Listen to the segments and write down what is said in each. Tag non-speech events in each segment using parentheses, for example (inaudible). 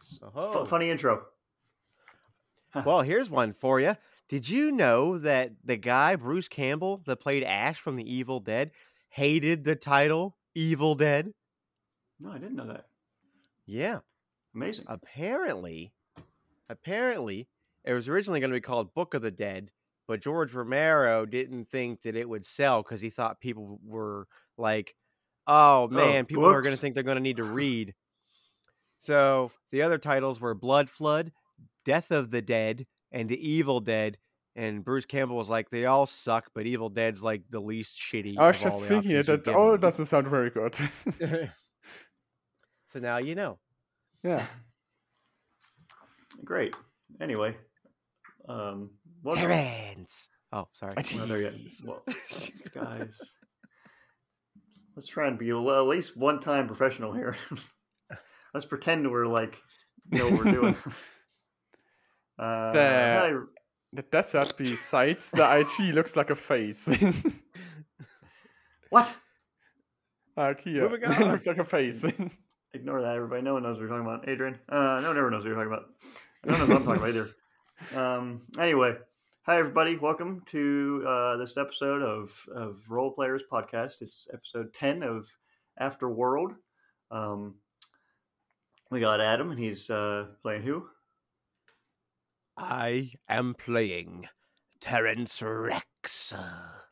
It's fu- Oh. funny intro. Well, here's one for you. Did you know that the guy Bruce Campbell that played Ash from The Evil Dead hated the title Evil Dead? No, I didn't know that. Yeah, Amazing. Uh, apparently, apparently it was originally going to be called Book of the Dead, but George Romero didn't think that it would sell because he thought people were like, "Oh man, people are going to books? think they're going to (laughs) need to read." So the other titles were Blood Flood, Death of the Dead, and The Evil Dead. And Bruce Campbell was like, "They all suck, but Evil Dead's like the least shitty." I was of all just the thinking it. options you've That oh, all given me." doesn't sound very good. (laughs) (laughs) so now you know. yeah. Great. Anyway, um, welcome. Terrence. Oh, sorry. (laughs) Well, there you- well, (laughs) guys, let's try and be well, at least one time professional here. (laughs) let's pretend we're like know what we're doing. Uh, There. hi- The desert besides the (laughs) IG looks like a face. (laughs) what? like here, Moving (laughs) it on. looks like a face. (laughs) Ignore that. Everybody, no one knows what we're talking about. Adrian, uh, no one ever knows what you're talking about. No one knows what I'm talking about either. Um, anyway, hi everybody. Welcome to uh, this episode of of Role Players Podcast. It's episode ten of Afterworld. Um, we got Adam, and he's uh, playing who? I am playing Terence Rex.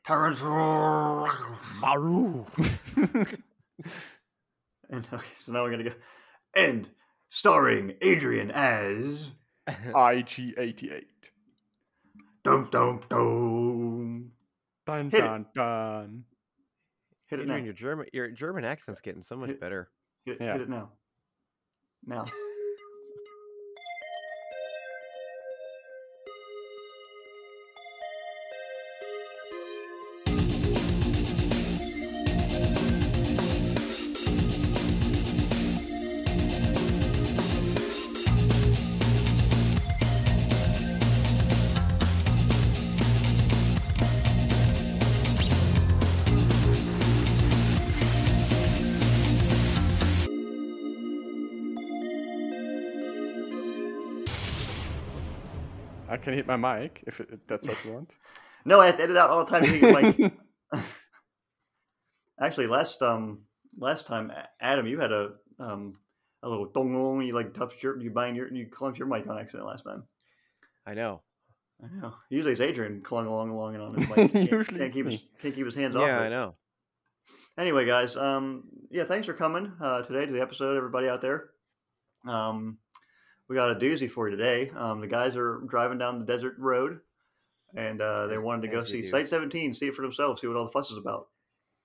Terrence. (laughs) Maru. And okay, so now we're gonna go. And starring Adrian as IG88. Dum Dum Dum. Dun Hit it. dun dun. Hit it now. Adrian, your German your German accent's getting so much Hit- better. Hit, Yeah. hit it now. Now. I can hit my mic if it, that's what (laughs) you want. No, I have to edit out all the time. You think it's like, (laughs) (laughs) actually, last um last time, A- Adam, you had a um a little dong dong. You like touched your you bind your you clunked your mic on accident last time. I know. I know. Usually it's Adrian clung along along and on his (laughs) mic. Can't, Usually can't it's keep me. his, can't keep his hands off. Yeah, it. I know. anyway, guys, um, yeah, thanks for coming uh, today to the episode, everybody out there. Um, we got a doozy for you today. Um, the guys are driving down the desert road, and uh, they wanted to go As see you do. Site 17, see it for themselves, see what all the fuss is about.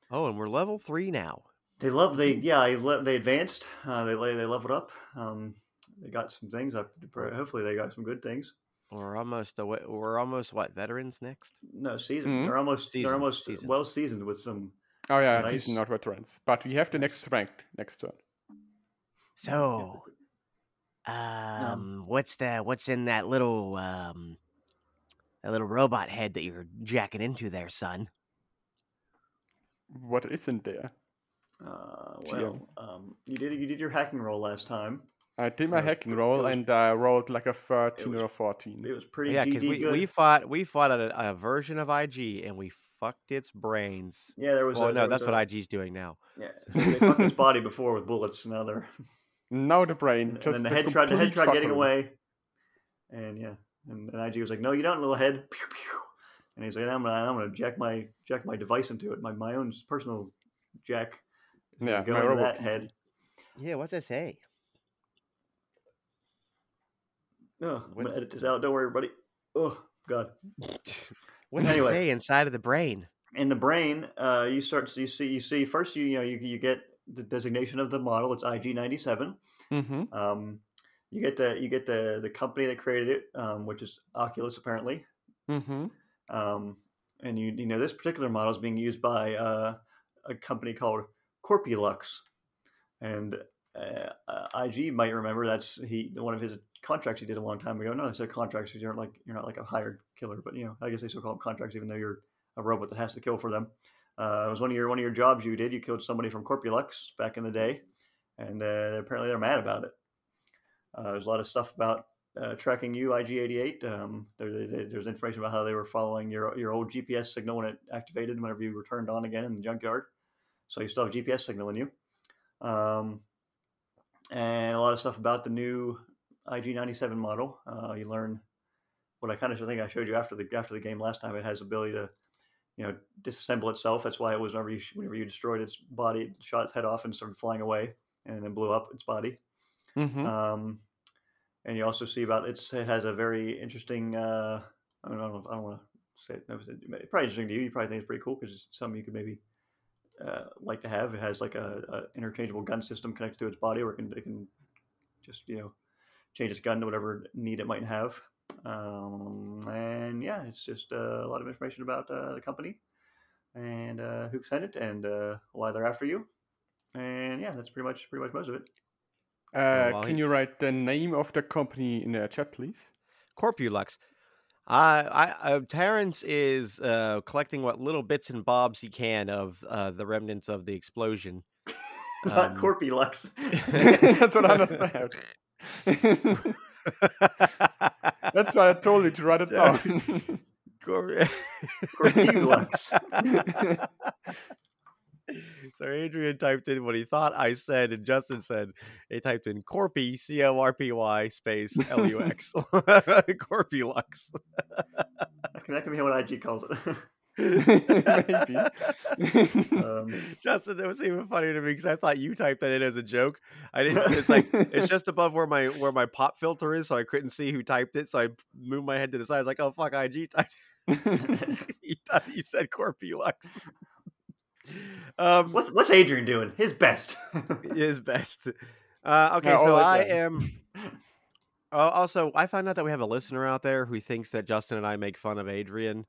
Oh, and we're level three now. They love they yeah they le- they advanced uh, they they leveled up. Um, they got some things. up- Hopefully, they got some good things. We're almost away, we're almost what veterans next. No season. Mhm. They're almost Mm-hmm. Seasoned, they're almost seasoned. well seasoned with some. Oh yeah, Nice. nice. season not veterans. But we have the next rank next turn. So, um, what's that? What's in that little um, that little robot head that you're jacking into there, son? What isn't there? Uh, well, Geo. um, you did you did your hacking roll last time. I did my It was hacking pr- roll it was- and I rolled like a 13 was- or 14. It was pretty yeah, GD we, good. we fought we fought a, a version of IG and we fucked its brains. Yeah, there was. uh Well, a, no, there was that's a, what IG's doing now. Yeah, (laughs) they fucked his body before with bullets. Now they're Now the brain and, then just the a head tried. The head complete tried getting fuckery. away, and yeah, and, and IG was like, "No, you don't, little head." (laughs) Pew, pew. And he's like, "I'm gonna, I'm gonna jack my jack my device into it. My my own personal jack. is gonna Yeah, go my into robot that PD. head. Yeah, what's that say? Ugh, I'm gonna What's- edit this out. Don't worry, everybody. Oh God. What's Anyway. it say inside of the brain? in the brain, uh, you start to you see you see first you you know you you get the designation of the model. It's IG ninety seven. Mhm. Um, you get the you get the the company that created it, um, which is Oculus apparently. Mm-hmm. Mhm. Um, and you you know this particular model is being used by uh, a company called Corpulux, and uh, uh, IG might remember that's he one of his contracts he did a long time ago. No, they said contracts because you're like you're not like a hired killer, but you know I guess they still call them contracts even though you're a robot that has to kill for them. Uh, it was one of your one of your jobs you did. You killed somebody from Corpulux back in the day, and uh, apparently they're mad about it. Uh, there's a lot of stuff about uh, tracking you, IG88. Um, there, there- there's information about how they were following your your old GPS signal when it activated, whenever you were turned on again in the junkyard. So you still have GPS signal in you. Um, and a lot of stuff about the new IG97 model. Uh, you learn what I kind of think I showed you after the after the game last time. It has the ability to, you know, disassemble itself. That's why it was whenever you whenever you destroyed its body, it shot its head off and started flying away, and then blew up its body. Mm-hmm. Um, and you also see about it's it has a very interesting. Uh, I don't know. I don't want to say it. No, it's it's probably interesting to you. You probably think it's pretty cool because it's something you could maybe uh, like to have. It has like a, a interchangeable gun system connected to its body, where it can it can just you know change its gun to whatever need it might have. Um, and yeah, it's just uh, a lot of information about uh, the company and uh, who sent it and uh, why they're after you. And yeah, that's pretty much pretty much most of it. Uh, well, can he- you write the name of the company in the chat, please? Corpulux. I, I, uh, Terrence is uh, collecting what little bits and bobs he can of uh, the remnants of the (laughs) explosion. (laughs) Not Um, (laughs) Corpy Lux. That's what I understand. That's why I told you to write it Yeah. down. (laughs) Cor- (laughs) Corpy Lux. so Adrian typed in what he thought I said, and Justin said he typed in Corpy, C O R P Y space L U X, (laughs) Corpulux. That can, that can be what IG calls it. (laughs) Maybe. (laughs) um, Justin, that was even funnier to me because I thought you typed that in as a joke. I (laughs) didn't. It's like it's just above where my where my pop filter is, so I couldn't see who typed it. So I moved my head to the side. I was like, "Oh fuck, IG typed." (laughs) it." he thought you said Corpulux. (laughs) Um, what's what's Adrian doing? His best. (laughs) is best. Uh, okay, Yeah, so all I I said. am. Uh, also, I found out that we have a listener out there who thinks that Justin and I make fun of Adrian.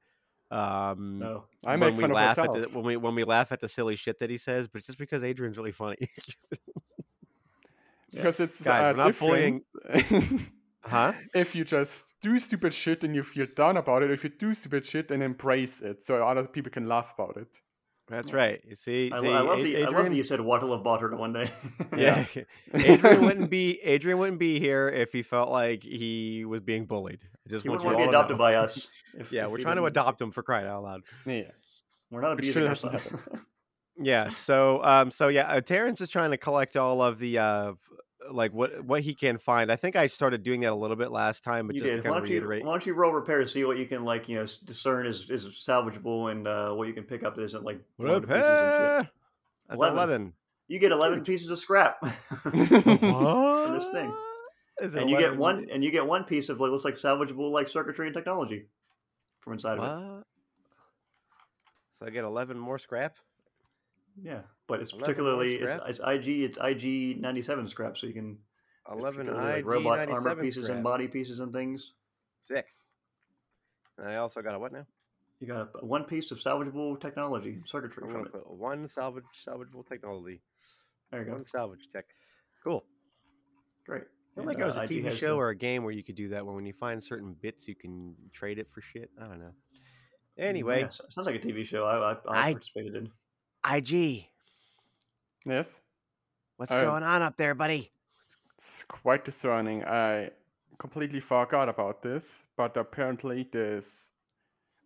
Um, no. I when make we fun of laugh myself. at the, when we when we laugh at the silly shit that he says, but it's just because Adrian's really funny. because it's Guys, uh, we're not bullying- different. (laughs) huh? if you just do stupid shit and you feel down about it, if you do stupid shit and embrace it, so other people can laugh about it. (laughs) That's right. You see, I, see, I love Ad- the I love that you said Water Love Bought Her to one day. (laughs) (laughs) Yeah, Adrian wouldn't be Adrian wouldn't be here if he felt like he was being bullied. I just he want wouldn't you want to all be adopted know. by (laughs) us. if- Yeah, if we're he trying to didn't- adopt him for crying out loud. (laughs) yeah. We're not Which abusing still our hasn't son. (laughs) Yeah. So, um, so yeah, uh, Terrence is trying to collect all of the, uh, f- like what what he can find. I think I started doing that a little bit last time, but you just to did. kind Why of don't you why reiterate. don't you roll repair to see what you can like you know s- discern is is salvageable and uh, what you can pick up that isn't like blown to pieces and shit. Repair! That's eleven. You get eleven (laughs) pieces of scrap. (laughs) this thing. What? Is it and you get 11? one and you get one piece of like looks like salvageable like circuitry and technology from inside of it. What? So I get eleven more scrap. Yeah, but it's 11 more particularly it's, scrap? it's IG it's IG ninety seven scrap, so you can it's Eleven particularly, ID like robot armor 97 pieces and scrap. body pieces and things. Sick. And I also got a what now? You got a- one piece of salvageable technology circuitry I'm from gonna it. put one salvage salvageable technology. There you go. One salvage check. Cool. Great. I feel And, like it was uh, a IG TV has show the- or a game where you could do that. Where when you find certain bits, you can trade it for shit. I don't know. Anyway, Yeah, so- sounds like a TV show. I, I, I, I- participated in. (laughs) IG, Yes. what's Uh, going on up there, buddy? It's quite discerning. I completely forgot about this, but apparently this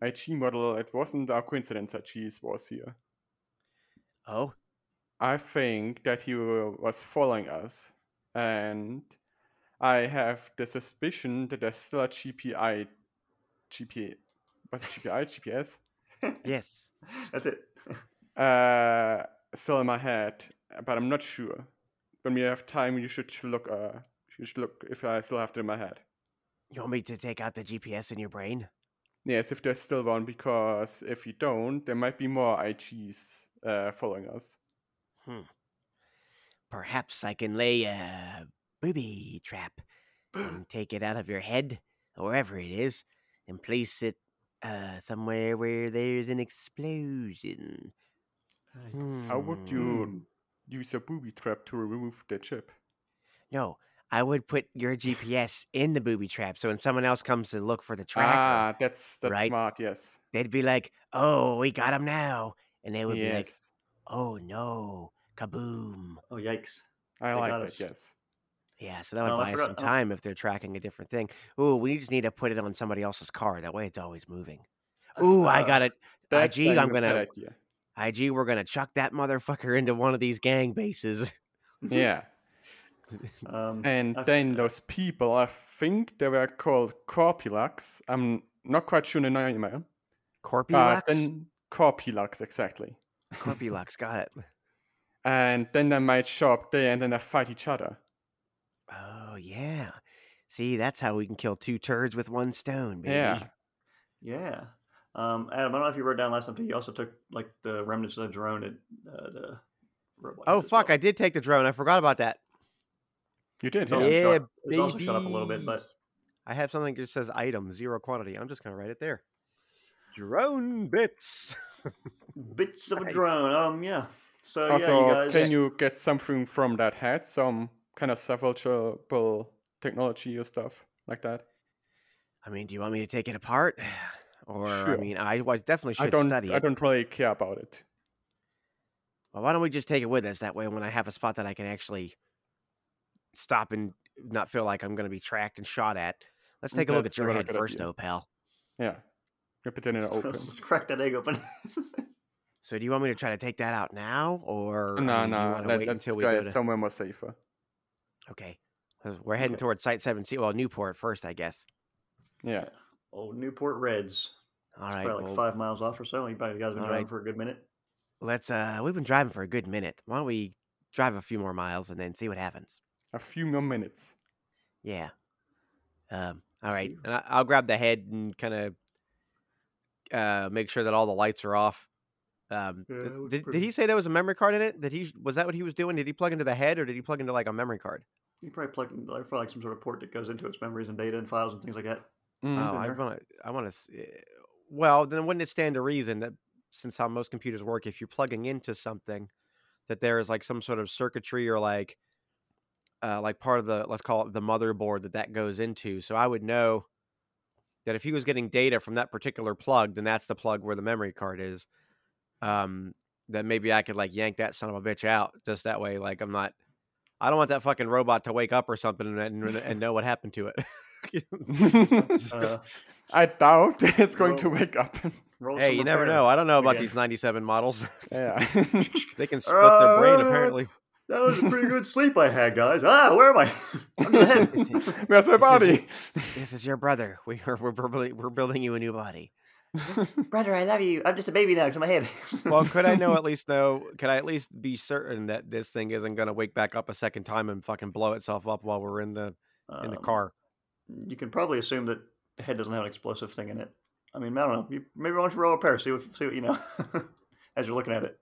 IG model, it wasn't a coincidence that cheese was here. Oh, I think that he wa- was following us, and I have the suspicion that there's still a GPI, GP, what's it, GPI, yes. That's it. GPS, uh, still in my head, uh, but I'm not sure. When we have time, you should look. Uh, you should look if I still have it in my head. You want me to take out the GPS in your brain? Yes, if there's still one, because if you don't, there might be more IGs uh, following us. Perhaps I can lay a booby trap and take it out of your head, or wherever it is, and place it uh, somewhere where there's an explosion. How would you Hmm. use a booby trap to remove the chip? No, I would put your GPS in the booby trap. So when someone else comes to look for the tracker, Ah, that's that's right? smart. Yes. they'd be like, "Oh, we got him now," and they would be like, yes. "Oh no, kaboom!" Oh yikes! I they like got that. us. Yes. Yeah, so that would Oh, I buy us forgot- some oh. uh time if they're tracking a different thing. Ooh, we just need to put it on somebody else's car. That way, it's always moving. Ooh, I Uh, got it. That's IG, not I'm even a gonna- bad idea. IG, we're gonna chuck that motherfucker into one of these gang bases. (laughs) Yeah, Um, and I- then those people, I think they were called Corpilux. I'm not quite sure the name, man. Corpulux, but (laughs) then Corpilux exactly. Corpulux, got it. And then they might show up there and then they fight each other. Oh yeah. See, that's how we can kill two turds with one stone, baby. Yeah. Yeah. Um, Adam, I don't know if you wrote down last time, but you also took like the remnants of the drone at uh, the robot. Oh fuck, I did take the drone. I forgot about that. You did, It's yeah. also, Yeah, shut, it's also shut up a little bit, baby. but I have something that just says item zero quantity. I'm just gonna write it there. Drone bits. bits of a Hmm. Nice. drone. Um, yeah. So yeah, also, you guys. (laughs) can you get something from that hat? Some kind of salvageable technology or stuff like that? I mean, do you want me to take it apart? (sighs) Or I Sure. mean, I, I definitely should I don't. study I it. don't really care about it. Well, why don't we just take it with us? That way, when I have a spot that I can actually stop and not feel like I'm going to be tracked and shot at, let's take a look at That's your not a head good first, idea. though, pal. Yeah, rip it (laughs) in and open. Let's crack that egg open. (laughs) So, do you want me to try to take that out now, or I No, mean, do you no, want to let, wait let's until we try go it to? somewhere more safer. Okay, 'Cause we're heading Okay. towards Site Seven C. Well, Newport first, I guess. Yeah, oh, Newport Reds. All It's right, probably like well, five miles off or so. You probably guys been All driving right. for a good minute. let's. uh We've been driving for a good minute. Why don't we drive a few more miles and then see what happens? a few more minutes. Yeah. Um. All right, Phew. and I, I'll grab the head and kind of uh make sure that all the lights are off. Um, Yeah, th- that looks did, did pretty. he say there was a memory card in it? Did he was that what he was doing? Did he plug into the head or did he plug into like a memory card? You probably plugged in like, probably like some sort of port that goes into its memories and data and files and things like (laughs) that. Mm. Is Oh, it I there? want to. I want to. Well, then wouldn't it stand to reason that since how most computers work, if you're plugging into something, that there is like some sort of circuitry or like, uh, like part of the let's call it the motherboard that that goes into. So I would know that if he was getting data from that particular plug, then that's the plug where the memory card is. Um, that maybe I could like yank that son of a bitch out just that way. Like I'm not. I don't want that fucking robot to wake up or something and, (laughs) and, and know what happened to it. (laughs) (laughs) Uh, Mm. I doubt (laughs) it's going to well- wake up. (laughs) roll Hey, some you never repair. know. I don't know about again. these 97 models. (laughs) yeah. (laughs) they can split their brain, Uh, (laughs) apparently. That was a pretty good sleep I had, guys. Ah, where am I? (laughs) Under the (laughs) head. Where's my body? This is your brother. We are, we're, building- we're building you a new body. Brother, I love you. I'm just a baby now to my head. (laughs) Well, could I (laughs) know at least, though, could I at least be certain that this thing isn't going to wake back up a second time and fucking blow itself up while we're in the in the Um, car? You can probably assume that the head doesn't have an explosive thing in it. I mean, I don't know. You, maybe why don't you roll a pair? See what, see what you know (laughs) as you're looking at it.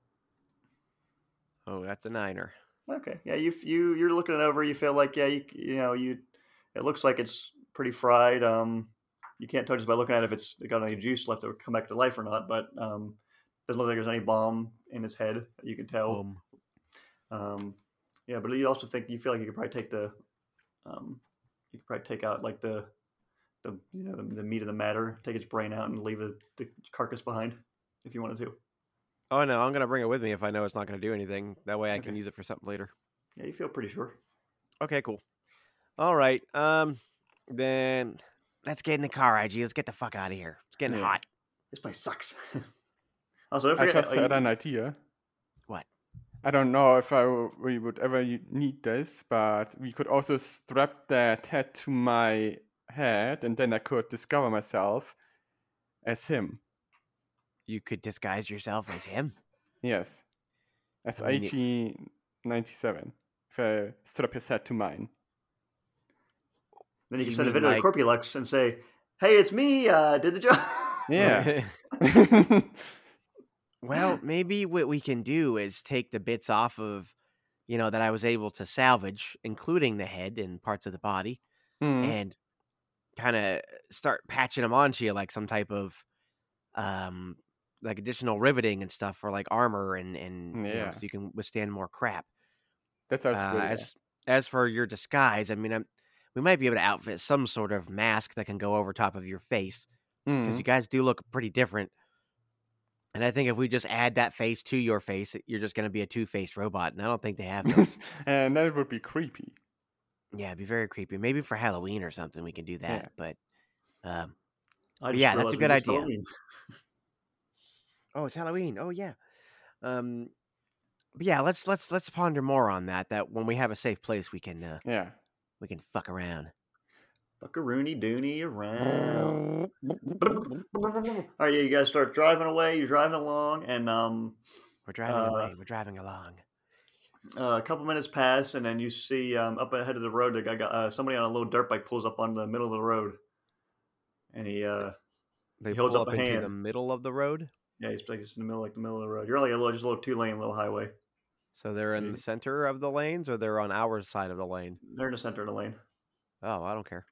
Oh, that's a niner. Okay. Yeah, you you you're looking it over. You feel like yeah, you c- you know you. It looks like it's pretty fried. Um, you can't tell just by looking at it if it's got any juice left to come back to life or not. But um, doesn't look like there's any bomb in his head that you can tell. Um, Um, yeah, but you also think you feel like you could probably take the, um, you could probably take out like the, the you know the, the meat of the matter, take its brain out and leave the, the carcass behind if you wanted to. oh, no, I'm going to bring it with me if I know it's not going to do anything. That way I can Okay. use it for something later. Yeah, you feel pretty sure. Okay, cool. All right. Um, Then let's get in the car, IG. Let's get the fuck out of here. It's getting Yeah. hot. This place sucks. (laughs) also, don't I forget, just uh, you- had an idea. What? I don't know if I w- we would ever u- need this, but we could also strap that head to my head, and then I could discover myself as him. you could disguise yourself as him. Yes, as I mean, IG ninety seven. If I strap his head to mine. (laughs) Then you can You send a mean video like- to Corpulux and say, "Hey, it's me. Uh, did the job." Yeah. (laughs) well, maybe what we can do is take the bits off of, you know, that I was able to salvage, including the head and parts of the body, Mm. and kind of start patching them onto you like some type of, um, like additional riveting and stuff for like armor and and you know, Yeah. so you can withstand more crap. That's also Uh, good. idea. as as for your disguise, I mean, I'm, we might be able to outfit some sort of mask that can go over top of your face. because Mm. (laughs) you guys do look pretty different. And I think if we just add that face to your (laughs) face, you're just going to be a two faced robot. And I don't think they have those. and that would be creepy. Yeah, it'd be very creepy. Maybe for Halloween or something, we can do that. But um, (laughs) I Yeah, that's realized a we good missed idea. Halloween. oh, it's Halloween. Oh yeah. Um, but yeah, let's let's let's ponder more on that. That when we have a safe place, we can uh, Yeah. we can fuck around. Buckaroony Dooney around. (laughs) Oh. All right, yeah, you guys start driving away. You're driving along, and um, We're driving Uh, away. We're driving along. uh, a couple minutes pass, and then you see um, up ahead of the road, a guy got, uh, somebody on a little dirt bike pulls up on the middle of the road, and he uh, They He holds pull up up, a into the hand. middle of the road, yeah, he's like it's in the middle, like the middle of the road. You're on, like a little, just a little two lane little highway. so they're in Yeah. the center of the lanes, or they're on our side of the lane. They're in the center of the lane. Oh, I don't care.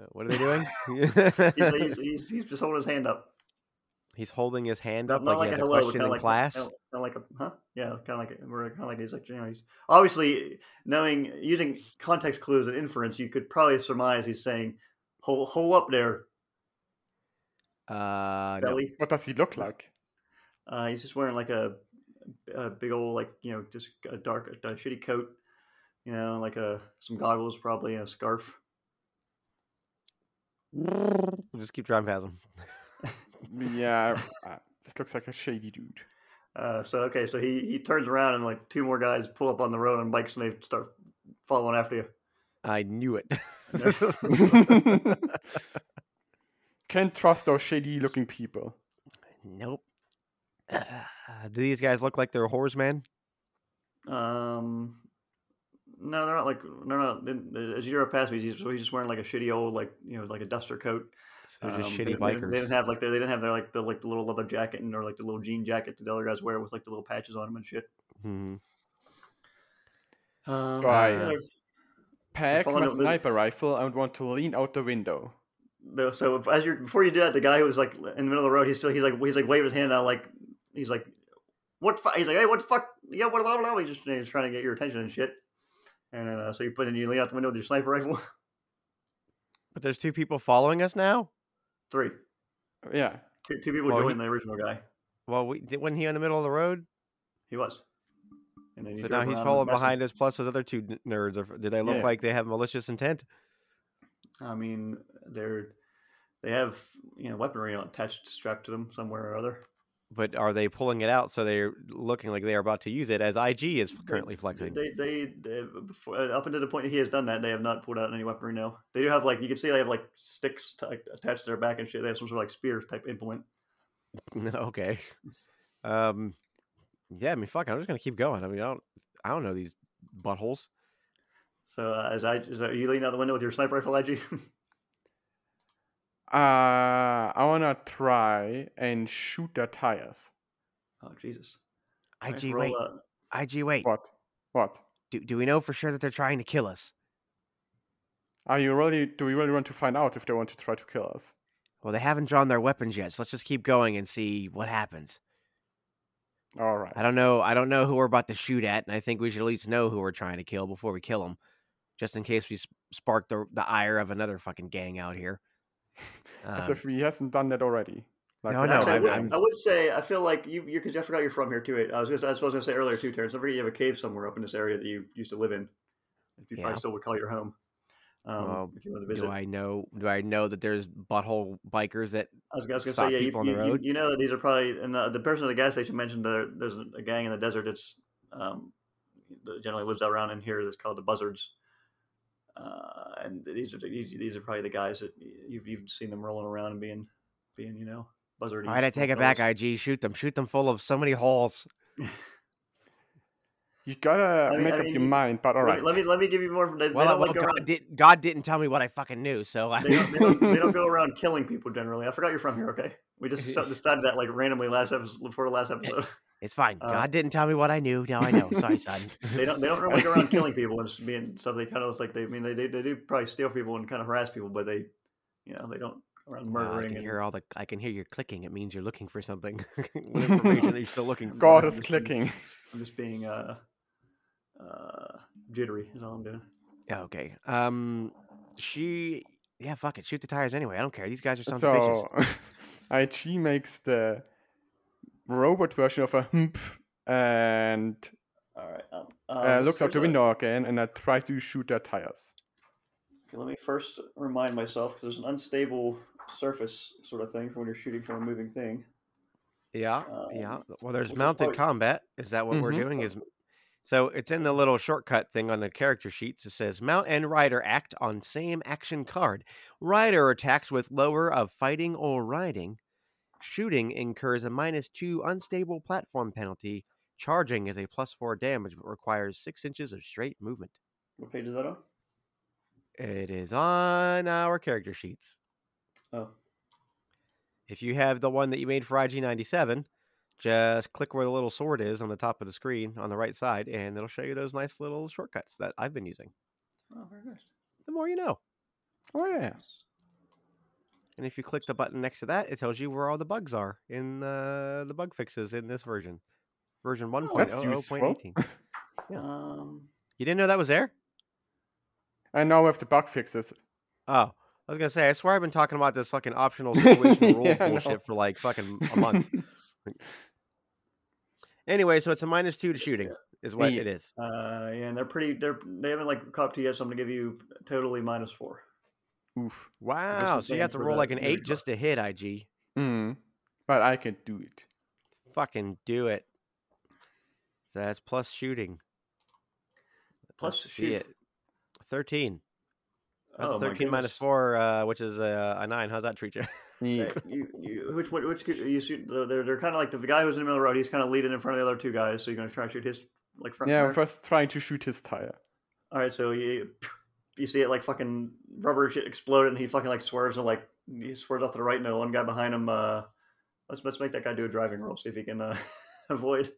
Uh, What are they doing? (laughs) He's, uh, he's, he's, he's just holding his hand up, (laughs) He's holding his hand Not- up not like he has a hello, but question kinda in like, class. Kind of like a huh? Yeah, kind of like a, we're kind of like he's like you know he's obviously knowing using context clues and inference, you could probably surmise he's saying, "Hole, hole up there, Uh, no. belly." What does he (laughs) look like? Uh, he's just wearing like a, a big old like you know just a dark a shitty coat, you know, like a some goggles probably and a scarf. We'll (laughs) just keep driving past him. Yeah. uh, this looks like a shady dude. Uh, so okay, so he he turns around and like two more guys pull up on the road on bikes and they start following after you. I knew it. (laughs) Can't trust those shady looking people. (laughs) nope. (sighs) Uh, do these guys look like they're whores, man? Um, no, they're not like they're not. they- uh, As you drove past me, he's just, he's just wearing like a shitty old like you know like a duster coat. They're just Um, shitty they, didn't- bikers. They didn't have like their, they didn't have their like the like the little leather jacket and or like the little jean jacket that the other guys wear with like the little patches on them and shit. Mhm. Um, I- yeah, they're- Pack following my up with- sniper rifle and want to lean out the window. though, so as you're before you do that, the guy who was like in the middle of the road, he's still he's like he's like waving his hand out like he's like what fu-? he's like hey what the fuck yeah what blah blah blah he's just he's trying to get your attention and shit. And then, uh, so you put in you lean out the window with your sniper rifle. (laughs) But there's two people following us now. Three, Yeah. two, two people Well, joined he- the original guy. Well, we, di- wasn't he in the middle of the road? He was. And then he So now drove he's around following and past him. behind us. Plus, those other two n- nerds are. Do they look Yeah. like they have malicious intent? I mean, they're they have you know weaponry on- attached strapped to them somewhere or other. But are they pulling it out so they're looking like they are about to use it? As IG is currently flexing. They they, they before, uh, up until the point he has done that, they have not pulled out any weaponry. Now they do have like you can see they have like sticks t- attached to their back and shit. They have some sort of like spear type implement. (laughs) okay. Um. Yeah, I mean, fuck. it, I'm just gonna keep going. I mean, I don't. I don't know these buttholes. So uh, as I as I- you lean out the window with your sniper rifle, IG. Uh, I wanna try and shoot their tires. (laughs) oh Jesus! All right, IG, roll, wait. uh, IG, wait. What? What? Do, do we know for sure that they're trying to kill us? Are you really? Do we really want to find out if they want to try to kill us? Well, they haven't drawn their weapons yet, so let's just keep going and see what happens. All right. I don't know. I don't know who we're about to shoot at, and I think we should at least know who we're trying to kill before we kill them, just in case we s- spark the the ire of another fucking gang out here. (laughs) As Um, if he hasn't done that already. No, with Oh, no, Actually, I, I'm- would, I'm- I would say I feel like you because I forgot you're from here too. Ed. I was gonna, that's what I was going to say earlier too, Terrence. I forget you have a cave somewhere up in this area that you used to live in. If you Yeah. probably still would call your home. Um, Well, if you want to visit, do I, I know? Do I know that there's butthole bikers that? was, I was going to stop say, yeah, you, people on you, the you- road? you know that these are probably and the, the person at the gas station mentioned there, there's a a gang in the desert that's um, that generally lives around in here that's called the buzzards. Uh, and these are the- these, these are probably the guys that you've you've seen them rolling around and being being you know buzzardy. All right, I take it back. IG, shoot them. Shoot them full of so many holes. You gotta I mean- make I up mean, your mind. But all right. Let me let me give you more. From, they, Well, they I- don't well like go around God, did, God didn't tell me what I fucking knew, so I, they don't, they, don't, they don't go around killing people generally. I forgot you're from here. Okay, we (laughs) just so- decided that like randomly last episode before the last episode. (laughs) it's fine. Uh, God didn't tell me what I knew. Now I know. (laughs) Sorry, son. They don't they don't really go (laughs) around killing people and being so they kind of it's like they I mean they, they they do probably steal people and kind of harass people, but they you know they don't go around Wow, I murdering. can and, hear all the. I can hear your clicking. It means you're looking for something. (laughs) what information are you still looking? for? God is Listen. clicking. I'm just being uh uh jittery is all I'm doing. Okay. Um, she. Yeah, fuck it. Shoot the tires anyway. I don't care. These guys are sons of bitches. So (laughs) IG makes the robot version of a hump, and All right, um, uh, Oh, Um, looks out the there's a- window again, and I try to shoot their tires. Okay, let me first remind myself because there's an unstable surface sort of thing for when you're shooting from a moving thing. Yeah, Um, yeah. Well, what's there's it mounted called? combat. Is that what we're Mhm. doing? Is so it's in the little shortcut thing on the character sheets. It says mount and rider act on same action card. Rider attacks with lower of fighting or riding. Shooting incurs a minus two unstable platform penalty. Charging is a plus four damage, but requires six inches of straight movement. What page is that on? It is on our character sheets. Oh, If you have the one that you made for IG97, just click where the little sword is on the top of the screen on the right side, and it'll show you those nice little shortcuts that I've been using. oh, very nice. The more you know. Oh yeah. And if you click the button next to that, it tells you where all the bugs are in uh, the bug fixes in this version, version Oh, that's (laughs) 1.00.18. Yeah. Um, You didn't know that was there? And now we have the bug fixes. Oh, I was gonna say. I swear I've been talking about this fucking optional situational rule (laughs) Yeah, I know. bullshit for like fucking a month. Anyway, so it's a minus two to shooting, is what Yeah. it is. uh, yeah, and they're pretty. They're they haven't like caught up to you yet, so I'm gonna give you totally minus four. (laughs) Oof. Wow, is so you saying have to for roll the like an movie eight buff. just to hit IG. Mm. But I can do it. Fucking do it. So that's plus shooting. Plus Let's see shoot. it. Thirteen. That's oh, a my thirteen minus goodness. four, uh, which is a, a nine. How's that treat you? (laughs) Hey, you, you, which what, which you shoot? They're, they're, kind of like the, guy who's in the middle of the road. He's kind of leading in front of the other two guys. So you're gonna try and shoot his like front. Yeah, tire? I'm first trying to shoot his tire. (laughs) All right, so you you see it like fucking rubber shit exploded, and he fucking like swerves and like he swerves off to the right, and the one guy behind him. Uh, let's let's make that guy do a driving roll, see if he can uh, (laughs) avoid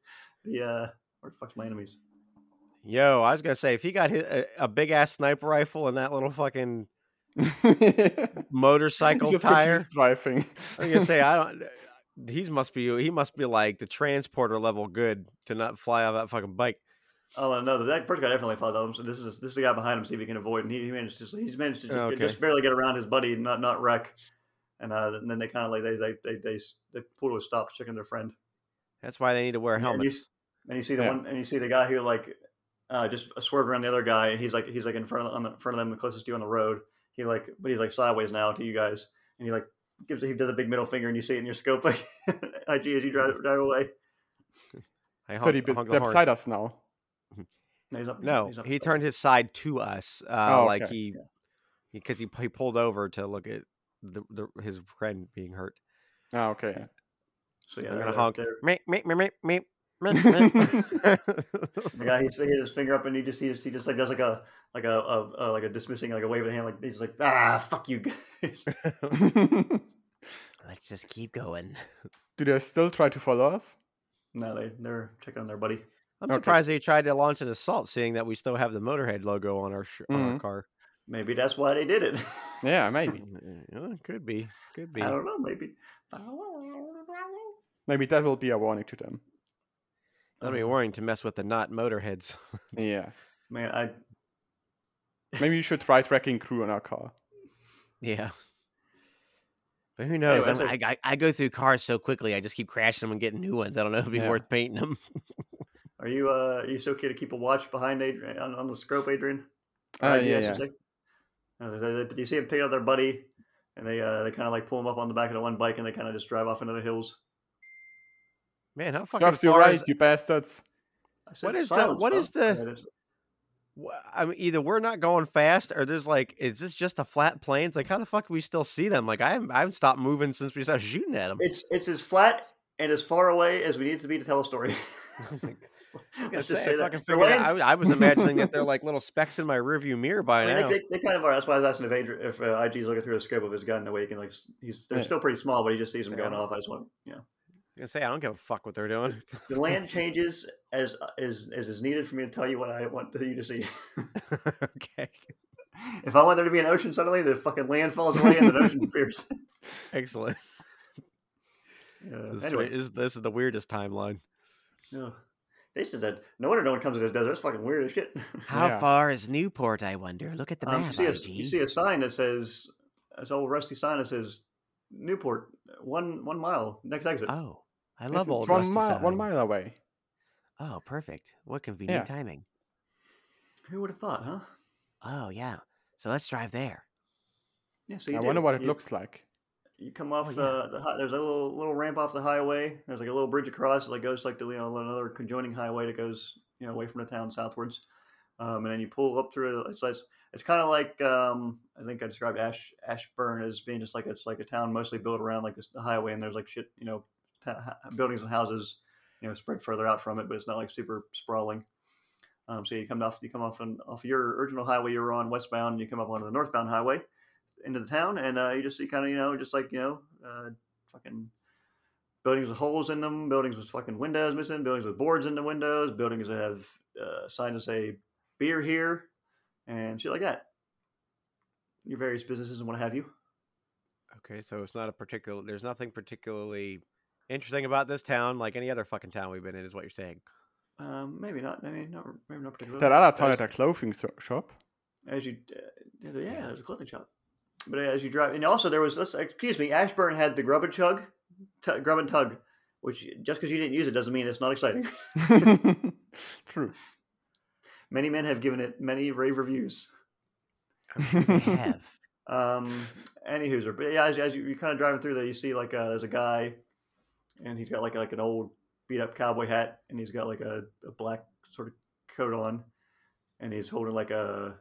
the uh, where the fuck's my enemies. Yo, I was gonna say if he got hit, uh, a, a big ass sniper rifle and that (laughs) little fucking motorcycle (laughs) Just tire. continues driving. I was gonna (laughs) (laughs) say I don't. uh, He's must be he must be like the transporter level good to not fly off that fucking bike. Oh no, that- that first guy definitely falls off him. So this is this is the guy behind him. See if he can avoid, and he, he managed to he's managed to just, Okay. just barely get around his buddy, and not not wreck. And, uh, and then they kind of like they they they they, they pull to a stop, checking their friend. That's why they need to wear Yeah, And you, helmets. s- and you see the Yeah. one, and you see the guy who like uh, just swerved around the other guy. and He's like he's like in front of on the front of them, the closest to you on the road. He like, but he's like sideways now to you guys, and he like gives he does a big middle finger, and you see it in your scope. (laughs) IG as you drive drive away. I honk- Thirty honk the bits horn. beside us now. No, he's up, he's up- No, he's up he top. turned his side to us. Uh, Oh, Like okay, he, because he, he pulled over to look at the, the his friend being hurt. (laughs) Ah, okay. (laughs) So yeah, I'm they're- gonna they're- honk. they're- Meep, meep, meep, meep, meep, (laughs) meep. (laughs) The guy, he's, he had his finger up, and he just he just, he just like does like a like a, a, a like a dismissing like a wave of the hand, like he's like ah fuck you guys. (laughs) Let's just keep going. do they still try to follow us? no, they they're checking on their buddy. I'm Okay. surprised they tried to launch an assault, seeing that we still have the Motorhead logo on our sh- Mm-hmm. on our Mhm. car. Maybe that's why they did it. (laughs) Yeah, maybe. Uh, could be, could be. I don't know. Maybe. Maybe that will be a warning (laughs) to them. That'd be Uh, worrying to mess with the not Motorheads. Yeah. Man, I Maybe you should try tracking crew on (laughs) our car. Yeah. But who knows? Anyway, I'm- I, I, I go through cars so quickly. I just keep crashing them and getting new ones. I don't know if it'd be Yeah. worth painting them. Are you uh are you still okay to keep a watch behind Adrian on, on the scope, Adrian? Or Oh, Ah, IG, yeah, I should yeah. say? Uh, they- they- you see him pick up their buddy, and they uh, they kind of like pull him up on the back of the one bike, and they kind of just drive off into the hills. (laughs) Man, how fucking Serves you far right, is you bastards. I said What is the- silence, what huh? is the- Yeah, that's- Wha- I mean, either we're not going fast, or there's like, is this just a flat plains? like, how the fuck do we still see them? Like, I haven't, I haven't stopped moving since we started shooting at them. (laughs) It's it's as flat and as far away as we need to be to tell a (laughs) story. Oh (laughs) Let's just say that. fucking They're figured it laying- out. I, was- I was imagining (laughs) that they're like little specks in my rearview mirror by I mean, now. they, they, they kind of are. That's why I was asking if Adrian, if uh, IG's looking through the scope of his gun, the way he can like s- he's they're Yeah. still pretty small, but he just sees them Yeah. going off. I just want you know. I say I don't give a fuck what they're doing. (laughs) The land changes as as as is needed for me to tell you what I want you to see. (laughs) okay, (laughs) If I want there to be an ocean, suddenly the fucking land falls away and an (laughs) ocean appears. (laughs) excellent. Uh, This, is, anyway, this- this is the weirdest timeline. ugh. this is a no wonder no one comes to this desert. It's fucking weird as shit. (laughs) How Yeah. far is Newport? I wonder. Look at the Um, map. you, see a, IG. you see a sign that says this old rusty sign that says Newport one one mile next exit. Uh Oh, I It's, love it's old one, rusty mile, one sign. mile away. Oh, perfect. What convenient timing. Who would have thought, huh? Oh yeah. So let's drive there. Yeah. So you I did. wonder what it You- looks like. You come off Oh, the, yeah. the hi- there's a little little ramp off the highway. There's like a little bridge across that goes like to you know another conjoining highway that goes you know away from the town southwards, um, and then you pull up through it. It's it's, it's kind of like um, I think I described Ash Ashburn as being just like it's like a town mostly built around like this the highway, and there's like shit you know t- h- buildings and houses you know spread further out from it, but it's not like super sprawling. Um, so you come off you come off on, off your original highway you were on westbound, and you come up onto the northbound highway into the town, and uh, you just see kind of you know just like you know uh, fucking buildings with holes in them, buildings with fucking windows missing, buildings with boards in the windows, buildings that have uh, signs that say "beer here" and shit like that. Your various businesses and what have you. Okay, so it's not a particular. There's nothing particularly interesting about this town, like any other fucking town we've been in, is what you're saying. Um, maybe not. I mean, not maybe not particularly. That other town As- had a clothing so- (laughs) shop. (laughs) as you uh, yeah, there- yeah there's a clothing shop but uh, as you drive and also there was let's excuse me ashburn had the grub and chug tu grub and tug which just because you didn't use it doesn't mean it's not exciting True. many men have given it many rave reviews They have. (laughs) um anywho's but yeah as, as you, you're kind of driving through there you see like uh there's a guy and he's got like like an old beat up cowboy hat and he's got like a, a black sort of coat on and he's holding like a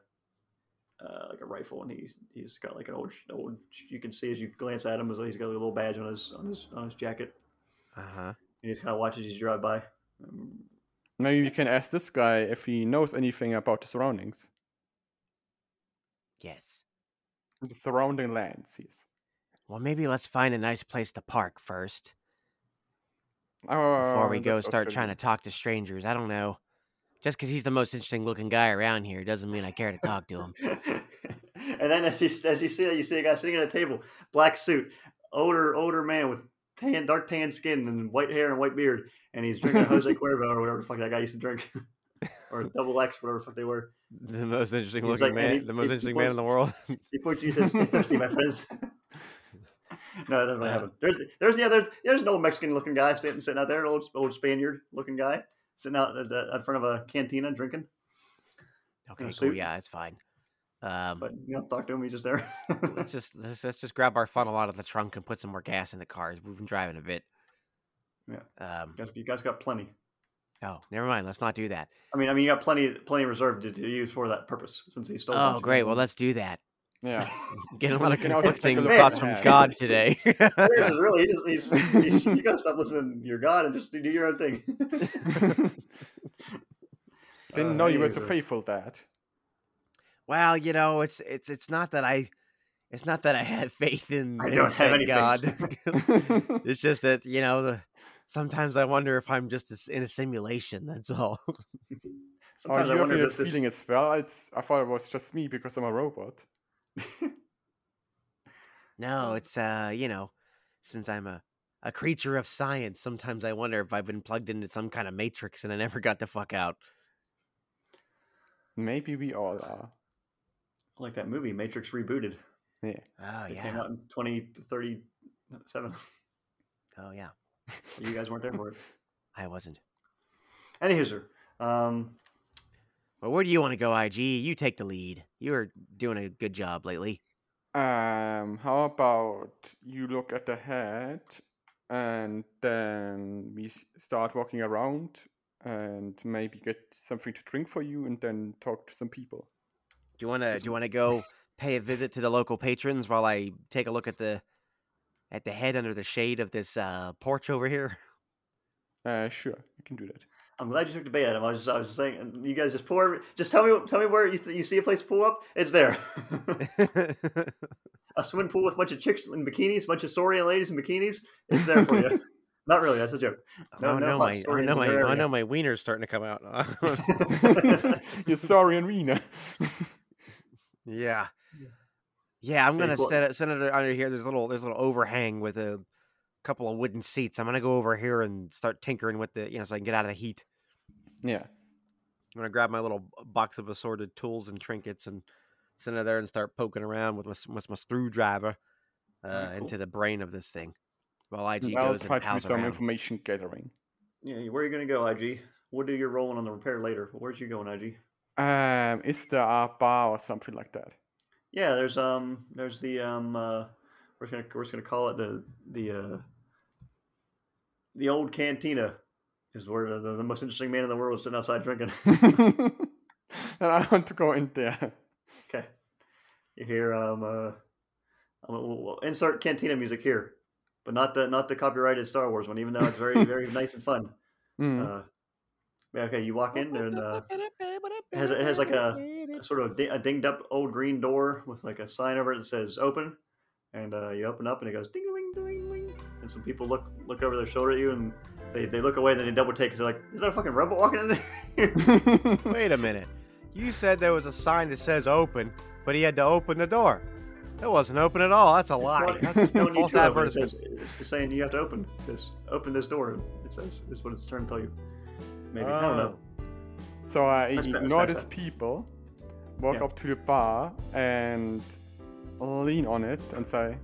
uh, like a rifle and he's he's got like an old sh- old sh- you can see as you glance at him as though he's got a little badge on his on his on his jacket Uh huh. and he's kind of watches you drive by um, Maybe we can ask this guy if he knows anything about the surroundings. Yes. The surrounding lands, yes. Well, maybe let's find a nice place to park first before Oh, we that go sounds start very trying to good. talk to strangers. I don't know. Just because he's the most interesting looking guy around here doesn't mean I care to talk to him. (laughs) and then as you as you see that, you see a guy sitting at a table, black suit, older older man with tan dark tan skin and white hair and white beard, and he's drinking a Jose Cuervo or whatever the fuck that guy used to drink, (laughs) or double X whatever the fuck they were. (laughs) The most interesting He's looking like, and man. he- the most he- he interesting man in the world. (laughs) He points to you and says, "Stay thirsty, my friends." (laughs) no, that doesn't really Uh. happen. There's there's the other there's an old Mexican looking guy sitting sitting out there, old old Spaniard looking guy sitting out at the, out front of a cantina drinking, okay, cool. suit. Yeah, it's fine. Um, but you don't talk to him. He's just there. (laughs) let's just let's, let's just grab our funnel out of the trunk and put some more gas in the cars. We've been driving a bit. Yeah. Um, You guys- you guys got plenty. oh, never mind. Let's not do that. I mean, I mean, you got plenty, plenty reserved to, to use for that purpose since he stole. a bunch Oh, of great. them. Well, let's (laughs) do that. (laughs) Yeah. (laughs) Getting a We lot of can also take a conflicting look at thoughts the from ad. God today. Serious is really, he's, he's, he's, you gotta stop listening to your God and just do your own thing. (laughs) Didn't Uh, know you were so Oh, anywho. (laughs) faithful, Dad. (laughs) (laughs) well, you know, it's it's it's not that I, it's not that I have faith in. I in don't have said any faith. God. (laughs) it's just that you know the. Sometimes I wonder if I'm just as- in a simulation. That's all. Are Sometimes I wonder you having that if this. feeling as well? It's, I thought it was just me because I'm a robot. No, Mm. it's uh, you know, since I'm a a creature of science, sometimes I wonder if I've been plugged into some kind of matrix and I never got the fuck out. Maybe we all are. like that movie Matrix rebooted. Oh It came yeah. out in twenty thirty seven. (laughs) Oh yeah. You guys weren't there for it. I wasn't. Anywho, sir, um, Well, where do you want to go, IG? You take the lead. You're doing a good job lately. Um, how about you look at the head and then we s- start walking around and maybe get something to drink for you and then talk to some people. Do you want to? Do you want to go pay a visit to the local patrons while I take a look at the at the head under the shade of this uh, porch over here? (laughs) Uh, sure, I can do that. I'm glad you took the bait at him. I was just, I was just saying, you guys just pull. every- Just tell me, tell me where you, th- you see a place to pull up. It's there. (laughs) Oh, a swimming pool with a bunch of chicks in bikinis, a bunch of Saurian ladies in bikinis. It's there for (laughs) you. Not really. That's a joke. No, oh no no, hot my oh stories no, in my your oh area. no, my wiener's starting to come out. (laughs) You're sorry, Arena. Yeah. Yeah. Yeah, I'm Okay, gonna cool. set it, set it under here. There's a little there's a little overhang with a couple of wooden seats. I'm gonna go over here and start tinkering with the you know so I can get out of the heat. (laughs) yeah. I'm gonna grab my little b- box of assorted tools and trinkets and sit in there and start poking around with my s- with my screwdriver uh, Alright, cool. into the brain of this thing. While IG I'll goes try and to do pals some around. information gathering. Yeah, where are you going to go, IG? We'll do your rolling on the repair later. but Where's you going, IG? Um, is there a bar or something like that? (laughs) Yeah, there's um, there's the um, uh, we're just gonna we're just gonna call it the the uh, the old cantina is where the, the, the most interesting man in the world is sitting outside drinking. (laughs) and I want to go in there. okay, you hear um, uh, we'll, we'll insert cantina music here, but not the not the copyrighted Star Wars one, even though it's very very nice and fun. Mm. Mm-hmm. Uh, yeah, okay, you walk in and uh, it has it has like a, a sort of di- a dinged up old green door with like a sign over it that says open, and uh, you open up and it goes ding ding ding ding, and some people look look over their shoulder at you and they, they look away and then they double take because they're like, is that a fucking rebel walking in there? (laughs) (laughs) Wait a minute. You said there was a sign that says open, but he had to open the door. It wasn't open at all. That's a lie. Well, (laughs) That's (laughs) telling you false to open, it advertisement. says, it's just saying you have to open this open this door. It says is what it's trying to tell you. Maybe I Oh. don't know. so I Let's pa- let's ignore pass these that. people, walk Yeah. up to the bar, and lean on it and say,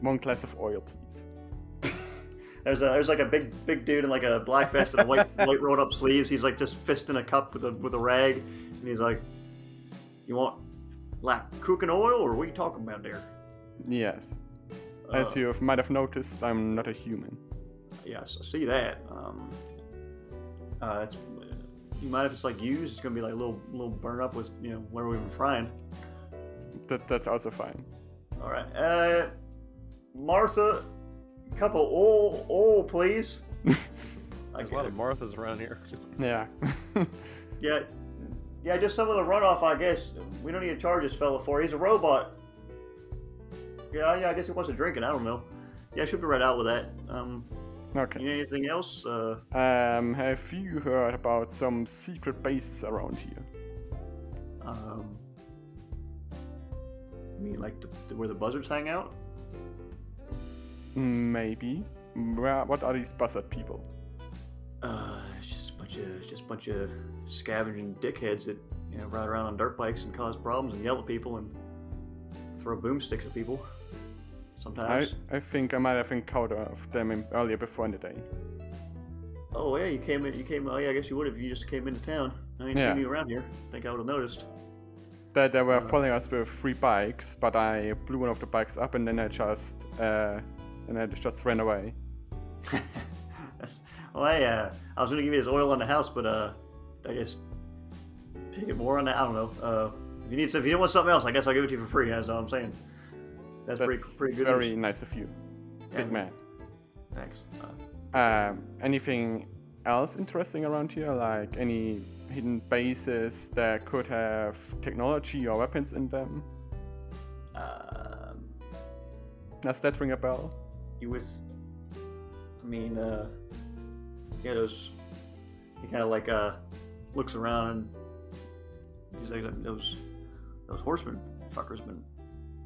"One glass of oil, please." There's a there's like a big big dude in like a black vest and a white white rolled up sleeves. He's like just fisting a cup with a with a rag, and he's like, "You want like cooking oil or what you talking about there?" Yes. As Uh, you might have noticed, I'm not a human. Yes, I see that. Um, uh, it's, you might if it's like used, it's gonna be like a little little burn up with you know where we've been frying. That that's also fine. All right, uh, Martha, couple oil oil please. I There's a lot of can't- Marthas around here. Yeah. (laughs) yeah, yeah, just some of the runoff, I guess. We don't need to charge this fella for. it. He's a robot. Yeah, yeah, I guess he wants to drink it. I don't know. Yeah, I should be right out with that. Um, you okay. need anything else? Uh, Um, have you heard about some secret bases around here? Um, I mean, like the, the, where the buzzards hang out. Maybe. Where, what are these buzzard people? Uh, it's just a bunch of it's just a bunch of scavenging dickheads that you know ride around on dirt bikes and cause problems and yell at people and throw boomsticks at people. I, Sometimes. I think I might have encountered them in, earlier before in the day. Oh yeah, you came in. You came. Oh yeah, I guess you would if you just came into town. I ain't Yeah. seen you around here. Think I would have (laughs) noticed. They, they were Uh. following us with three bikes, but I blew one of the bikes up and then I just uh, and I just ran away. That's, well, hey, uh, I was gonna give you this oil on the house, but uh, I guess take it more on that. I don't know. Uh, if you need, if you don't want something else, I guess I'll give it to you for free. That's all I'm saying. That's, pretty, That's, pretty that's good. very news. nice of you, Yeah, big man. Thanks. Uh, Um, anything else interesting around here? Like any hidden bases that could have technology or weapons in them? um, Does that ring a bell? you with? I mean, uh, yeah, those. He kind of like uh, looks around and he's like those those horsemen fuckers been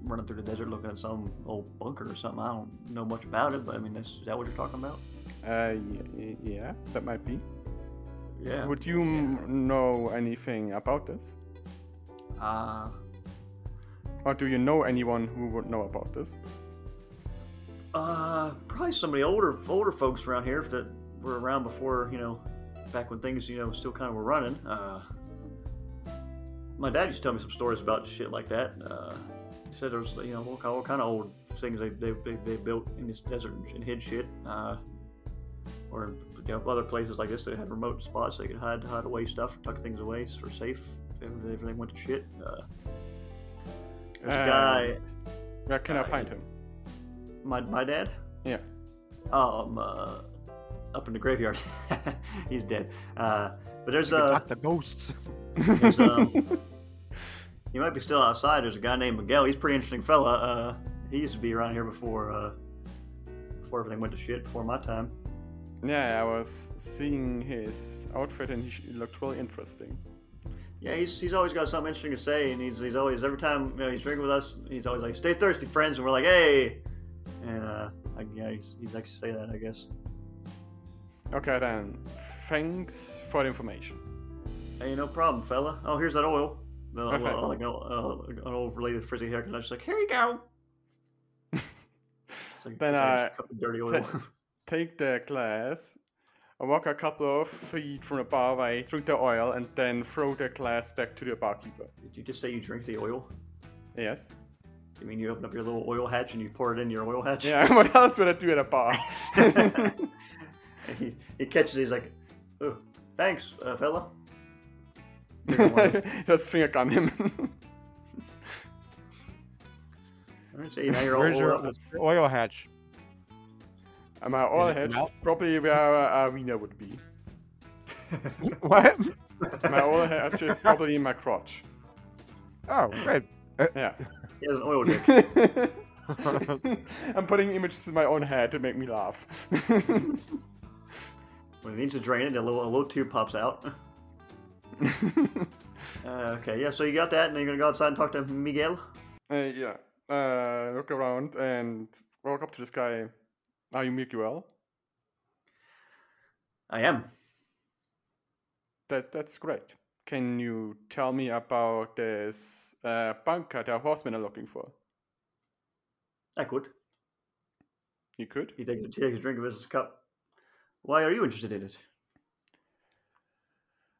running through the desert looking at some old bunker or something. I don't know much about it, but I mean, that's, is that what you're talking about? Uh, y- yeah, that might be. Yeah. Would you m- know anything about this? Uh, Or do you know anyone who would know about this? uh, probably some of the older older folks around here that were around before you know, back when things you know still kind of were running. Uh, my dad used to tell me some stories about shit like that. Uh, he said there was you know all kind, all kind of old things they they, they they built in this desert and hid shit. Uh, or you know, other places like this, they had remote spots they could hide hide away stuff, tuck things away for safe if everything went to shit. Uh, there's a Um, guy. Where can I uh, find him? My, my dad? Yeah. Um, uh, up in the graveyard. (laughs) He's dead. Uh, but there's You can a, talk to ghosts. there's a, (laughs) he might be still outside. There's a guy named Miguel. He's a pretty interesting fella. Uh, he used to be around here before, uh, before everything went to shit, before my time. yeah, I was seeing his outfit and he sh- looked really interesting. Yeah, he's, he's always got something interesting to say, and he's, he's always every time you know, he's drinking with us, he's always like, "Stay thirsty, friends," and we're like, "Hey," and uh, I, yeah, he's, he likes to say that, I guess. Okay, then. Thanks for the information. Hey, no problem, fella. Oh, here's that oil. No, Okay. well, like, no, uh, an old related frizzy haircut. I was just like, here you go. It's like, Then it's like I a cup of dirty oil. Take the glass I walk a couple of feet from the bar, I drink the oil, and then throw the glass back to the barkeeper. (laughs) Did you just say you drink the oil? Yes? You mean you open up your little oil hatch and you pour it in your oil hatch? Yeah, (laughs) what else would I do at a bar? (laughs) (laughs) he, he catches it. He's like, oh, thanks, uh, fella. Bigger one. Just finger gun him. (laughs) All right, so now you're all Where's your oiled up. oil hatch? (laughs) and my oil it head's melt? probably uh, where a wiener would be. What? My oil hatch is probably in my crotch. Oh, (laughs) right. Yeah. He has an oil dick. (laughs) I'm putting images in my own head to make me laugh. When he needs to drain it, a little, a little tube pops out. (laughs) Uh, okay, yeah, so you got that, and then you're going to go outside and talk to Miguel. Uh, yeah. Uh, look around and walk up to this guy. Are you Miguel? I am. That that's great. Can you tell me about this uh, bunker that horsemen are looking for? I could. You could. He takes, he takes a drink of his cup. Why are you interested in it?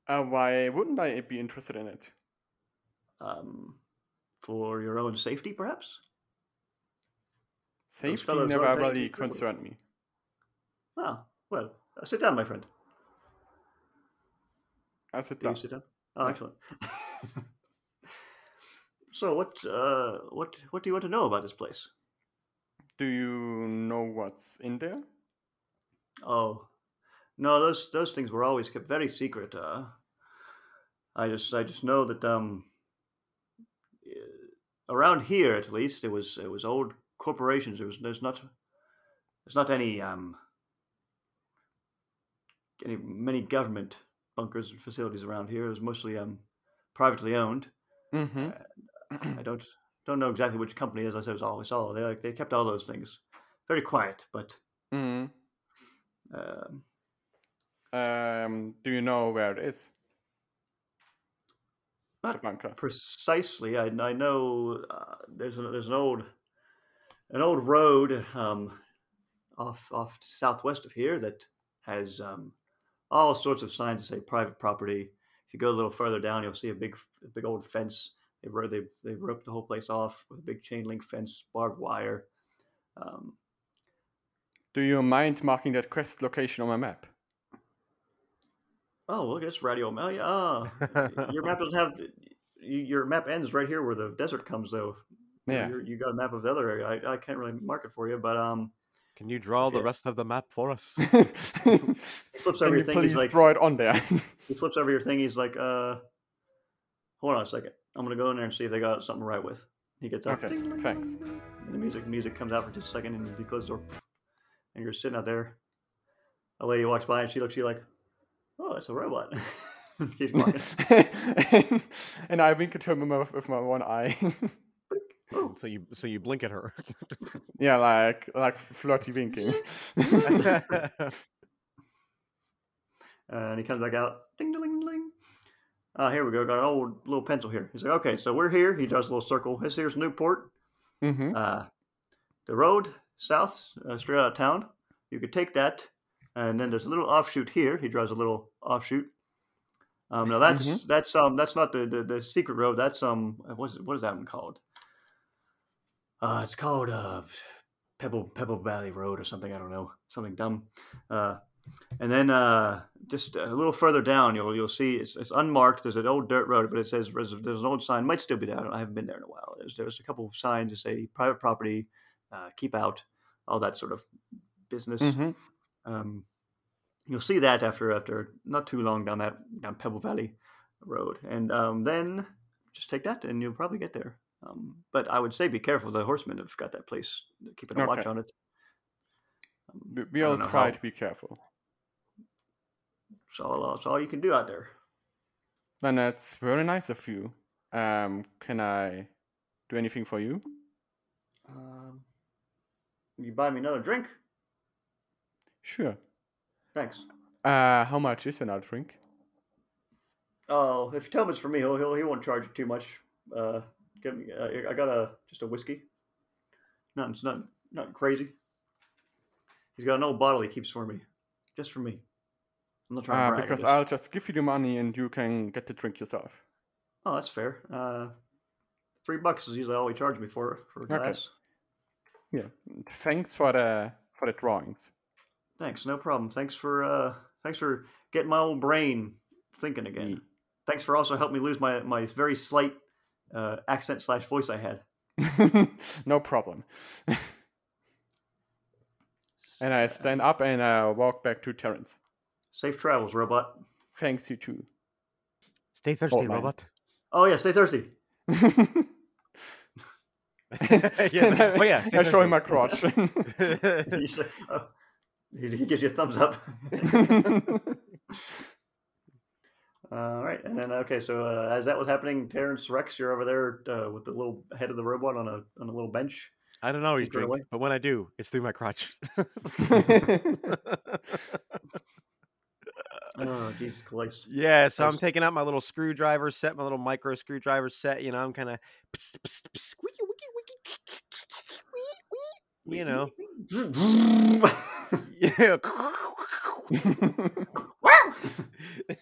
Uh, why wouldn't I be interested in it? Um, for your own safety, perhaps? Safety fellows never aren't very really good people. concerned me. Ah, well, uh, sit down, my friend. I sit Do you down. sit down? Oh, excellent. (laughs) so, what, uh, what, what do you want to know about this place? Do you know what's in there? Oh, no, those those things were always kept very secret. Uh, I just I just know that um, eh, around here at least it was it was old corporations. There was there's not there's not any um any many government bunkers and facilities around here. It was mostly um privately owned. Mm-hmm. I don't don't know exactly which company, as I said, it was all I saw. They like they kept all those things very quiet, but mm um, Um, do you know where it is? Not the bunker. precisely. I, I know uh, there's an, there's an old an old road um, off off southwest of here that has um, all sorts of signs that say private property. If you go a little further down, you'll see a big a big old fence. They ro- they they roped the whole place off with a big chain link fence, barbed wire. Um, Do you mind marking that quest location on my map? oh, look at this radio. Oh, yeah. (laughs) ah. your map doesn't have. The, you- your map ends right here where the desert comes, though. You know, Yeah. (laughs) you're- you got a map of the other area. I, I can't really mark it for you, but um, Can you draw the Yeah. rest of the map for us? He flips over Can you your thing. He's please like, draw it on (laughs) there? he flips over your thing. He's like, uh, hold on a second. I'm gonna go in there and see if they got something right with. He gets up. Okay, "Ding-ling-ling-ling-ling," thanks. And the music music comes out for just a second, and he closes the door. (sniffs) And you're sitting out there. A lady walks by, and she looks at you like, "Oh, that's a robot." (laughs) She's (laughs) walking. and I wink at him with my, with my one eye. (laughs) oh, so you so you blink at (laughs) her. yeah, like like flirty winking. Mm-hmm. and he comes back out. Ding, ding, ding. Uh, here we go. Got an old little pencil here. He's like, "Okay, so we're here." He does a little circle. This here's Newport. hmm uh, the road south, uh, straight out of town. You could take that, and then there's a little offshoot here. He draws a little offshoot. Um, now that's that's um that's not the, the the secret road. That's um what's what is that one called? Uh, it's called uh Pebble Pebble Valley Road or something. I don't know something dumb. Uh, and then uh, just a little further down, you'll you'll see it's, it's unmarked. There's an old dirt road, but it says there's, there's an old sign. Might still be there. I, don't, I haven't been there in a while. There's there's a couple of signs that say private property, uh, keep out, all that sort of business. hmm Um, you'll see that after after not too long down that down Pebble Valley Road, and um, then just take that, and you'll probably get there. Um, but I would say be careful. The horsemen have got that place, They're keeping a watch Okay. on it. Um, We, we I all don't know try how- to be careful, It's all it's all you can do out there. and that's very nice of you. Um, can I do anything for you? Um, you buy me another drink? Sure. Thanks. Uh, how much is another drink? Oh, if you tell him it's for me, he'll, he'll he won't charge you too much. Uh, give me, uh, I got a just a whiskey. Nothing, it's not nothing crazy. He's got an old bottle he keeps for me, just for me. I'm not trying to Uh, brag, because just- I'll just give you the money and you can get the drink yourself. Oh, that's fair. Uh, three bucks is usually all we charge me for for a Okay. glass. Yeah. Thanks for the for the drawings. (laughs) Thanks, no problem. Thanks for uh, thanks for getting my old brain thinking again. Ye- Thanks for also helping me lose my my very slight uh, accent slash voice I had. no problem. And I stand up and I walk back to Terence. Safe travels, robot. Thanks you too. (laughs) Stay thirsty, man. robot. (laughs) Oh yeah, stay (laughs) thirsty. And I, (laughs) oh (laughs) (laughs) yeah, stay I show him thirsty. (laughs) my crotch. He said- oh, he, he gives you a thumbs up. (laughs) All right, and then okay, so uh, as that was happening, Terrence Rex, you're over there uh, with the little head of the robot on a on a little bench. I don't always Just run drink, away. but when I do, it's through my (laughs) crotch. (laughs) Uh, Oh Jesus Christ! yeah, so I'm Nice. taking out my little screwdriver set, my little micro screwdriver set. You know, I'm kind of, you know, (laughs) yeah. it's the (laughs)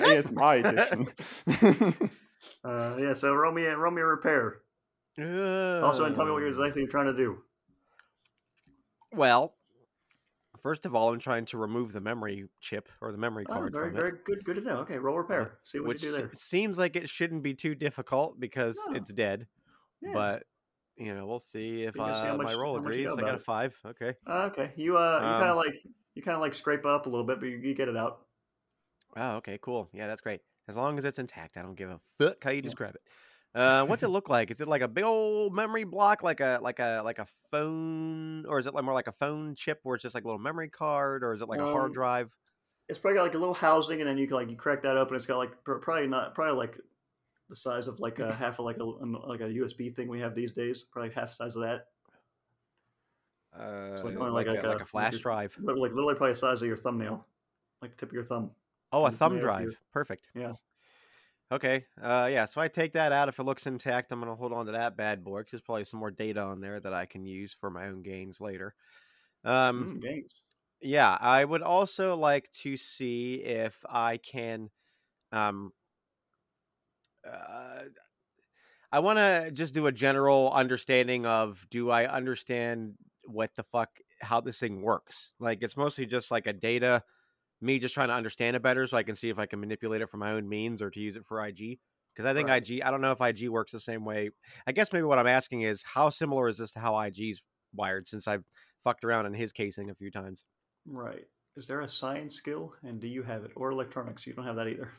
ASMI edition. (laughs) uh, yeah, so roll me a, roll me a repair. (laughs) Also, and tell me what Uh, you're exactly you're trying to do. Well, first of all, I'm trying to remove the memory chip or the memory Oh, card. very from it. Uh, very good good to know. Okay, roll repair. See what which you do there. se- seems like it shouldn't be too difficult because No. it's dead. Yeah. But you know, we'll see if We can see how uh, my much- roll how much you agrees. know I about got a it. five. Okay. Uh, okay, you uh you Um, kind of like you kind of like scrape up a little bit, but you, you get it out. Oh, okay, cool. Yeah, that's great. As long as it's intact, I don't give a fuck how you describe it. Uh, what's it look like? Is it like a big old memory block, like a like a like a phone, or is it like more like a phone chip, where it's just like a little memory card, or is it like a Um, hard drive? It's probably got like a little housing, and then you can like you crack that open. It's got like pr- probably not probably like the size of like (laughs) a half of like a like a USB thing we have these days. Probably half size of that. Uh, like like, only like a, a- like a like flash your- drive. Lit- Like literally probably the size of your thumbnail, like the tip of your thumb. Oh, a Can you thumb lay out to your- drive. Perfect. Yeah. Okay. Uh, yeah. So I take that out. If it looks intact, I'm gonna hold on to that bad boy. 'cause There's probably some more data on there that I can use for my own gains later. Um, Mm, games. yeah, I would also like to see if I can. Um, uh, I want to just do a general understanding of do I understand what the fuck how this thing works? Like it's mostly just like a data, me just trying to understand it better so I can see if I can manipulate it for my own means or to use it for IG. Because I think Right. IG, I don't know if IG works the same way. I guess maybe what I'm asking is how similar is this to how IG's wired since I've fucked around in his casing a few times. Right. Is there a science skill, and do you have it, or electronics? You don't have that either.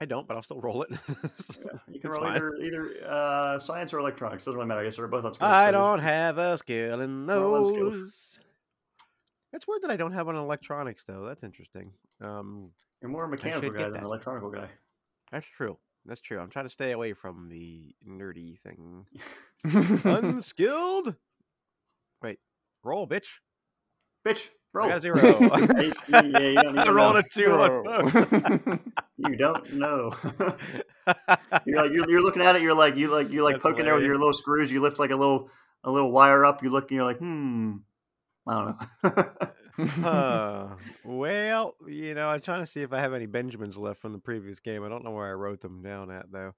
I don't, but I'll still roll it. (laughs) (laughs) Yeah, you can That's roll fine. either either uh, science or electronics. Doesn't really matter. I guess they're both on skills. I Oh, so don't have a skill in Roll in skill. those. That's weird that I don't have one in electronics though. That's interesting. Um, You're more a mechanical should guy get than an that. electronical guy. that's true. That's true. I'm trying to stay away from the nerdy thing. (laughs) Unskilled. Wait, roll, bitch. Bitch, roll. I got a zero. (laughs) Hey, (laughs) yeah, you don't, you I don't rolled know. (laughs) a two on Bro. both. You don't know. (laughs) you're like you're, you're looking at it. You're like you like you're like That's poking there with your hilarious. little screws. You lift like a little a little wire up. You look and you're like hmm. I don't know. (laughs) Huh. well, you know, I'm trying to see if I have any Benjamins left from the previous game. I don't know where I wrote them down at though.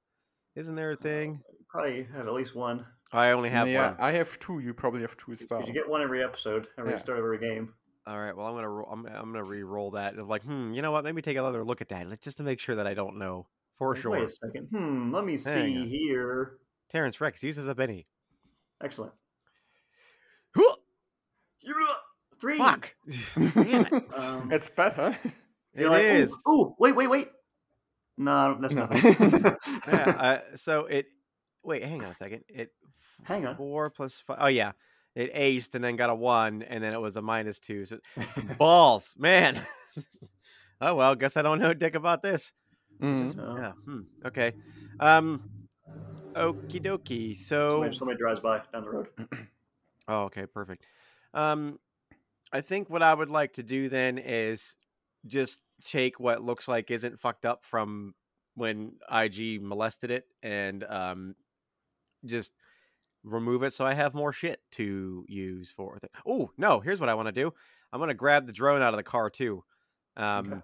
Isn't there a Uh, thing? Probably have at least one. I only have yeah, one. I have two. You probably have two as well. 'Cause (laughs) You get one every episode, every Yeah. start of every game. All right. Well, I'm gonna ro- I'm, I'm gonna re-roll that. And I'm like, hmm, you know what? Let me take another look at that, let- just to make sure that I don't know for Like, Wait sure. a second. Hmm. Let me Hang see on. here. Terrence Rex uses (gasps) a penny. Excellent. Hoo! Three. Fuck. Damn it. Um, it's better. (laughs) You're It like, is. Ooh, ooh, wait, wait, wait. No, I don't- that's No. (laughs) nothing. yeah, uh, so it. Wait, hang on a second. It. Hang on. Four plus five. Oh yeah, it aced and then got a one and then it was a minus two. (laughs) So balls, man. (laughs) oh well, guess I don't know dick about this. Mm. Just- No. yeah, hmm, okay. Um. Okie dokie. So Somebody, somebody drives by down the road. Oh, okay, perfect. Um, I think what I would like to do then is just take what looks like isn't fucked up from when IG molested it and um, just remove it so I have more shit to use for. Th- oh no, here's what I want to do. I'm gonna grab the drone out of the car too. Um,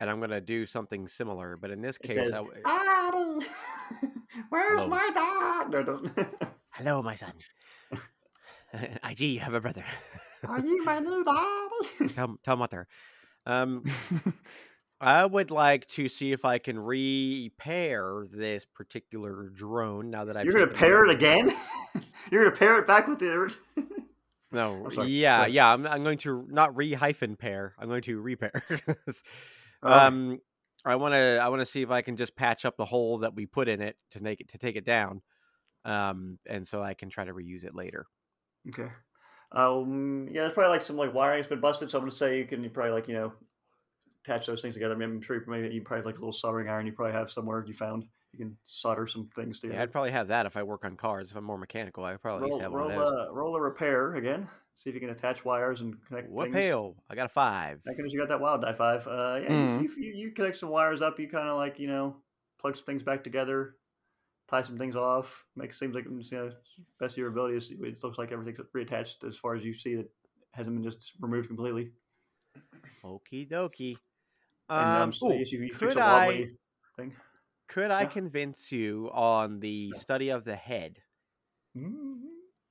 And I'm going to do something similar, but in this It case, says, "Ah!" I w- Daddy, (laughs) where's Hello. my dad? No, it doesn't. (laughs) hello, my son. (laughs) IG, you have a brother. (laughs) Are you my new daddy? tell, tell mother. Um, Mm-hmm. I would like to see if I can repair this particular drone. Now that I've You're gonna taken pair over. it again? (laughs) You're gonna pair it back with the. orig- No, I'm sorry, go yeah, ahead. yeah. I'm, I'm going to not re hyphen pair. I'm going to repair. (laughs) Alright. um, I want to. I want to see if I can just patch up the hole that we put in it to make it to take it down, um, and so I can try to reuse it later. Okay. Um, yeah, there's probably like some like wiring's been busted, so I'm gonna say you can you probably like you know attach those things together. I mean, I'm sure you maybe you probably like a little soldering iron you probably have somewhere you found. You can solder some things Yeah, together. I'd probably have that if I work on cars. If I'm more mechanical, I probably at roll, least have roll, one of those. uh, roll a repair again. See if you can attach wires and connect uh, What things. hell? I got a five. I can you got that wild die five. Uh, yeah, Hmm. you, you, you connect some wires up. You kind of like you know plug some things back together, tie some things off. Make seems like you know best of your ability. Is, it looks like everything's reattached as far as you see that hasn't been just removed completely. Okie dokie. And um, Um, so the ooh, issue you fix could a I wobbly thing. could I Yeah. convince you on the Yeah. study of the head Mhm.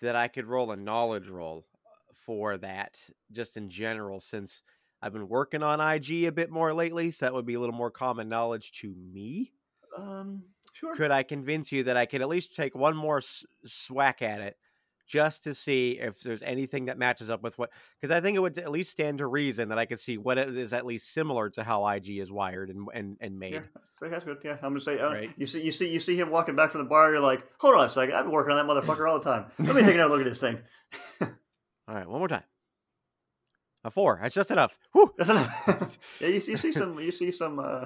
that I could roll a knowledge roll uh, for that, just in general, since I've been working on IG a bit more lately, so that would be a little more common knowledge to me. Um, sure. Could I convince you that I could at least take one more s- swack at it, just to see if there's anything that matches up with what? Because I think it would at least stand to reason that I could see what is at least similar to how IG is wired and and, and made. Yeah, so that's good. Yeah, I'm gonna say. Uh, Right. You see, you see, you see him walking back from the bar. You're like, hold on a second. I've been working on that motherfucker all the time. Let me take another look at this thing. (laughs) All right, one more time. A four. That's just enough. Whew. That's enough. (laughs) yeah, you, you see some. You see some. Uh,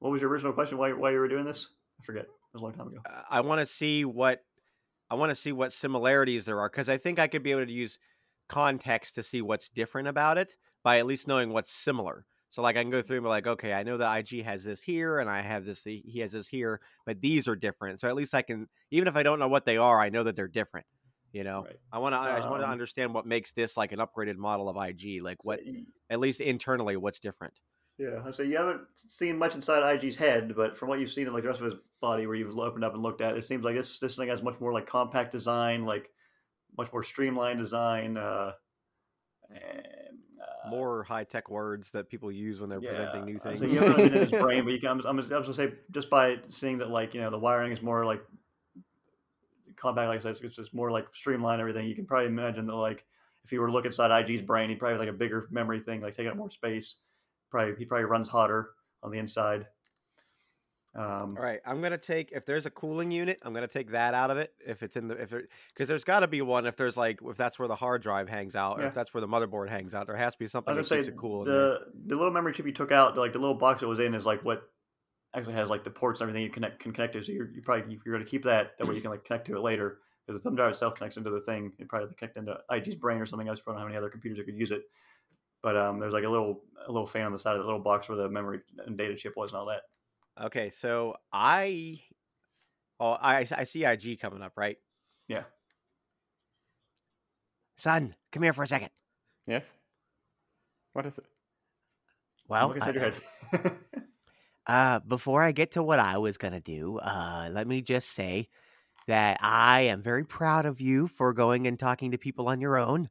what was your original question? Why, why you were doing this? I forget. It was a long time ago. Uh, I want to see what I want to see what similarities there are because I think I could be able to use context to see what's different about it by at least knowing what's similar. So like I can go through and be like, okay, I know that IG has this here and I have this he he has this here, but these are different. So at least I can even if I don't know what they are, I know that they're different. You know, Right. I want to I just want to Um, understand what makes this like an upgraded model of IG, like what So you- at least internally what's different. Yeah, I say you haven't seen much inside IG's head, but from what you've seen in like the rest of his body, where you've opened up and looked at, it seems like this this thing has much more like compact design, like much more streamlined design. Uh, and, uh, More high tech words that people use when they're presenting new I things. say you haven't really been (laughs) in his brain, but you can, I'm, I'm, I'm just gonna say just by seeing that, like you know, the wiring is more like compact. Like I said, it's, it's just more like streamlined everything. You can probably imagine that, like if you were to look inside IG's brain, he probably have, like a bigger memory thing, like taking up more space. Probably he probably runs hotter on the inside. Um, All right, I'm gonna take if there's a cooling unit, I'm gonna take that out of it. If it's in the if there, because there's got to be one. If there's like if that's where the hard drive hangs out, or Yeah. if that's where the motherboard hangs out, there has to be I something that was gonna keeps say it cool. in there. the the little memory chip you took out, like the little box it was in, is like what actually has like the ports and everything you connect can connect to. So you're, you probably you're going to keep that that way you can like connect to it later because the thumb drive itself connects into the thing. It probably connect into IG's brain or something else. I don't know how many other computers that could use it. But um, there's like a little a little fan on the side of the little box where the memory and data chip was and all that. Okay, so I, oh, I I see IG coming up, right? Yeah. Son, come here for a second. yes. What is it? I'm Well, looking inside your head. Uh, before I get to what I was gonna do, uh, let me just say that I am very proud of you for going and talking to people on your own.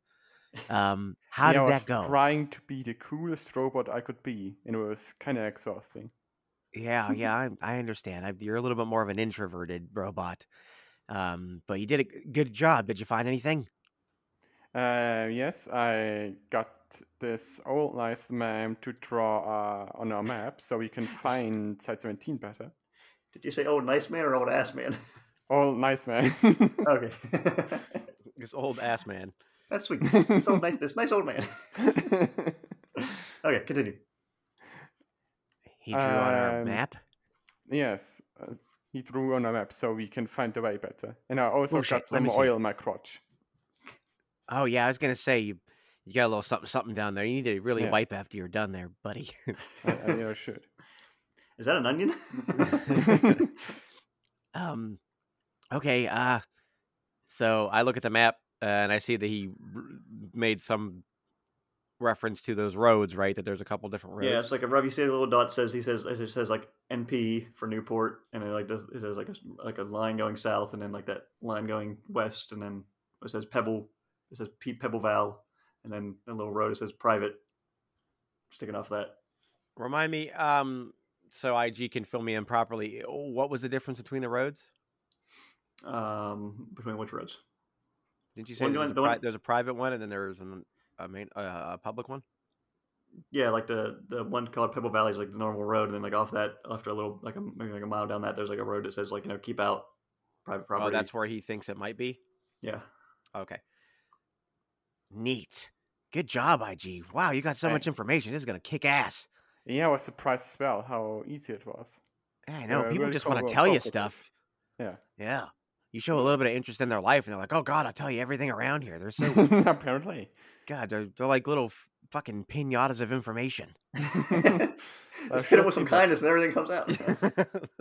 Um, how Yeah, I did was that go? Trying to be the coolest robot I could be, and it was kind of exhausting. (laughs) Yeah, yeah, I, I understand. I, you're a little bit more of an introverted robot, um, but you did a g- good job. Did you find anything? Uh, yes, I got this old nice man to draw uh, on our map so we can find Site 17 better. (laughs) Did you say old nice man or old ass man? (laughs) Old nice man. okay, This old ass man. that's sweet. It's old nice. This nice old man. okay, continue. He drew on our Um, map. (laughs) yes, uh, he drew on our map so we can find the way better. And I also Oh, got shit, let some me see. oil in my crotch. Oh yeah, I was gonna say you, you got a little something something down there. You need to really Yeah. wipe after you're done there, buddy. I, I really (laughs) should. (laughs) Is that an onion? um okay uh so i look at the map uh, and i see that he r- made some reference to those roads, right? That there's a couple different roads. Yeah, it's like a Robbie see the little dot says he says it just says like NP for Newport, and it like does it says like a like a line going south, and then like that line going west, and then it says Pebble, it says Pe- Pebble Val, and then a little road it says private, sticking off that. Remind me, um, so IG can fill me in properly. oh, What was the difference between the roads? Um, between which roads? Didn't you say One there's, going- a the pri- one- there's a private one and then there's an, a main uh, a public one? Yeah, like the the one called Pebble Valley is like the normal road, and then like off that, after a little like a maybe like a mile down that, there's like a road that says like you know keep out private property. Oh, that's where he thinks it might be. yeah. (laughs) Okay. Neat. Good job, IG. Wow, you got so much Thanks. information. This is gonna kick ass. Yeah, I was surprised as well how easy it was. Yeah, I know. Yeah, People really just want cool, to tell you cooperative. stuff. Yeah. Yeah. You show a little bit of interest in their life, and they're like, "Oh God, I'll tell you everything around here." They're so (laughs) (laughs) Apparently. God, they're, they're like little f- fucking pinatas of information. (laughs) That Just hit sure him with some seems like- kindness, and everything comes out. (laughs) (laughs)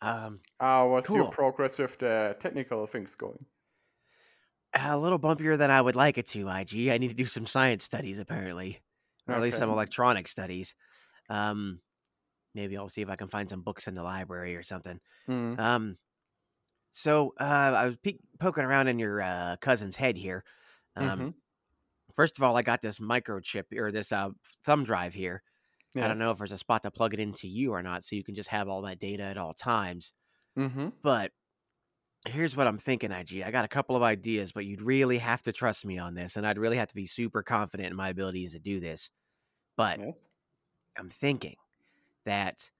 um, Ah, what's Cool. your progress with the technical things going? a little bumpier than I would like it to, IG. I need to do some science studies, apparently, or at least Okay. some electronic studies. Um, maybe I'll see if I can find some books in the library or something. Hmm. Um, so uh, I was peek poking around in your uh, cousin's head here. Um, Mhm. First of all, I got this microchip or this uh, thumb drive here. I don't Yes. know if there's a spot to plug it into you or not, so you can just have all that data at all times. Mhm. But here's what I'm thinking, IG. I got a couple of ideas, but you'd really have to trust me on this, and I'd really have to be super confident in my abilities to do this. But Yes. I'm thinking that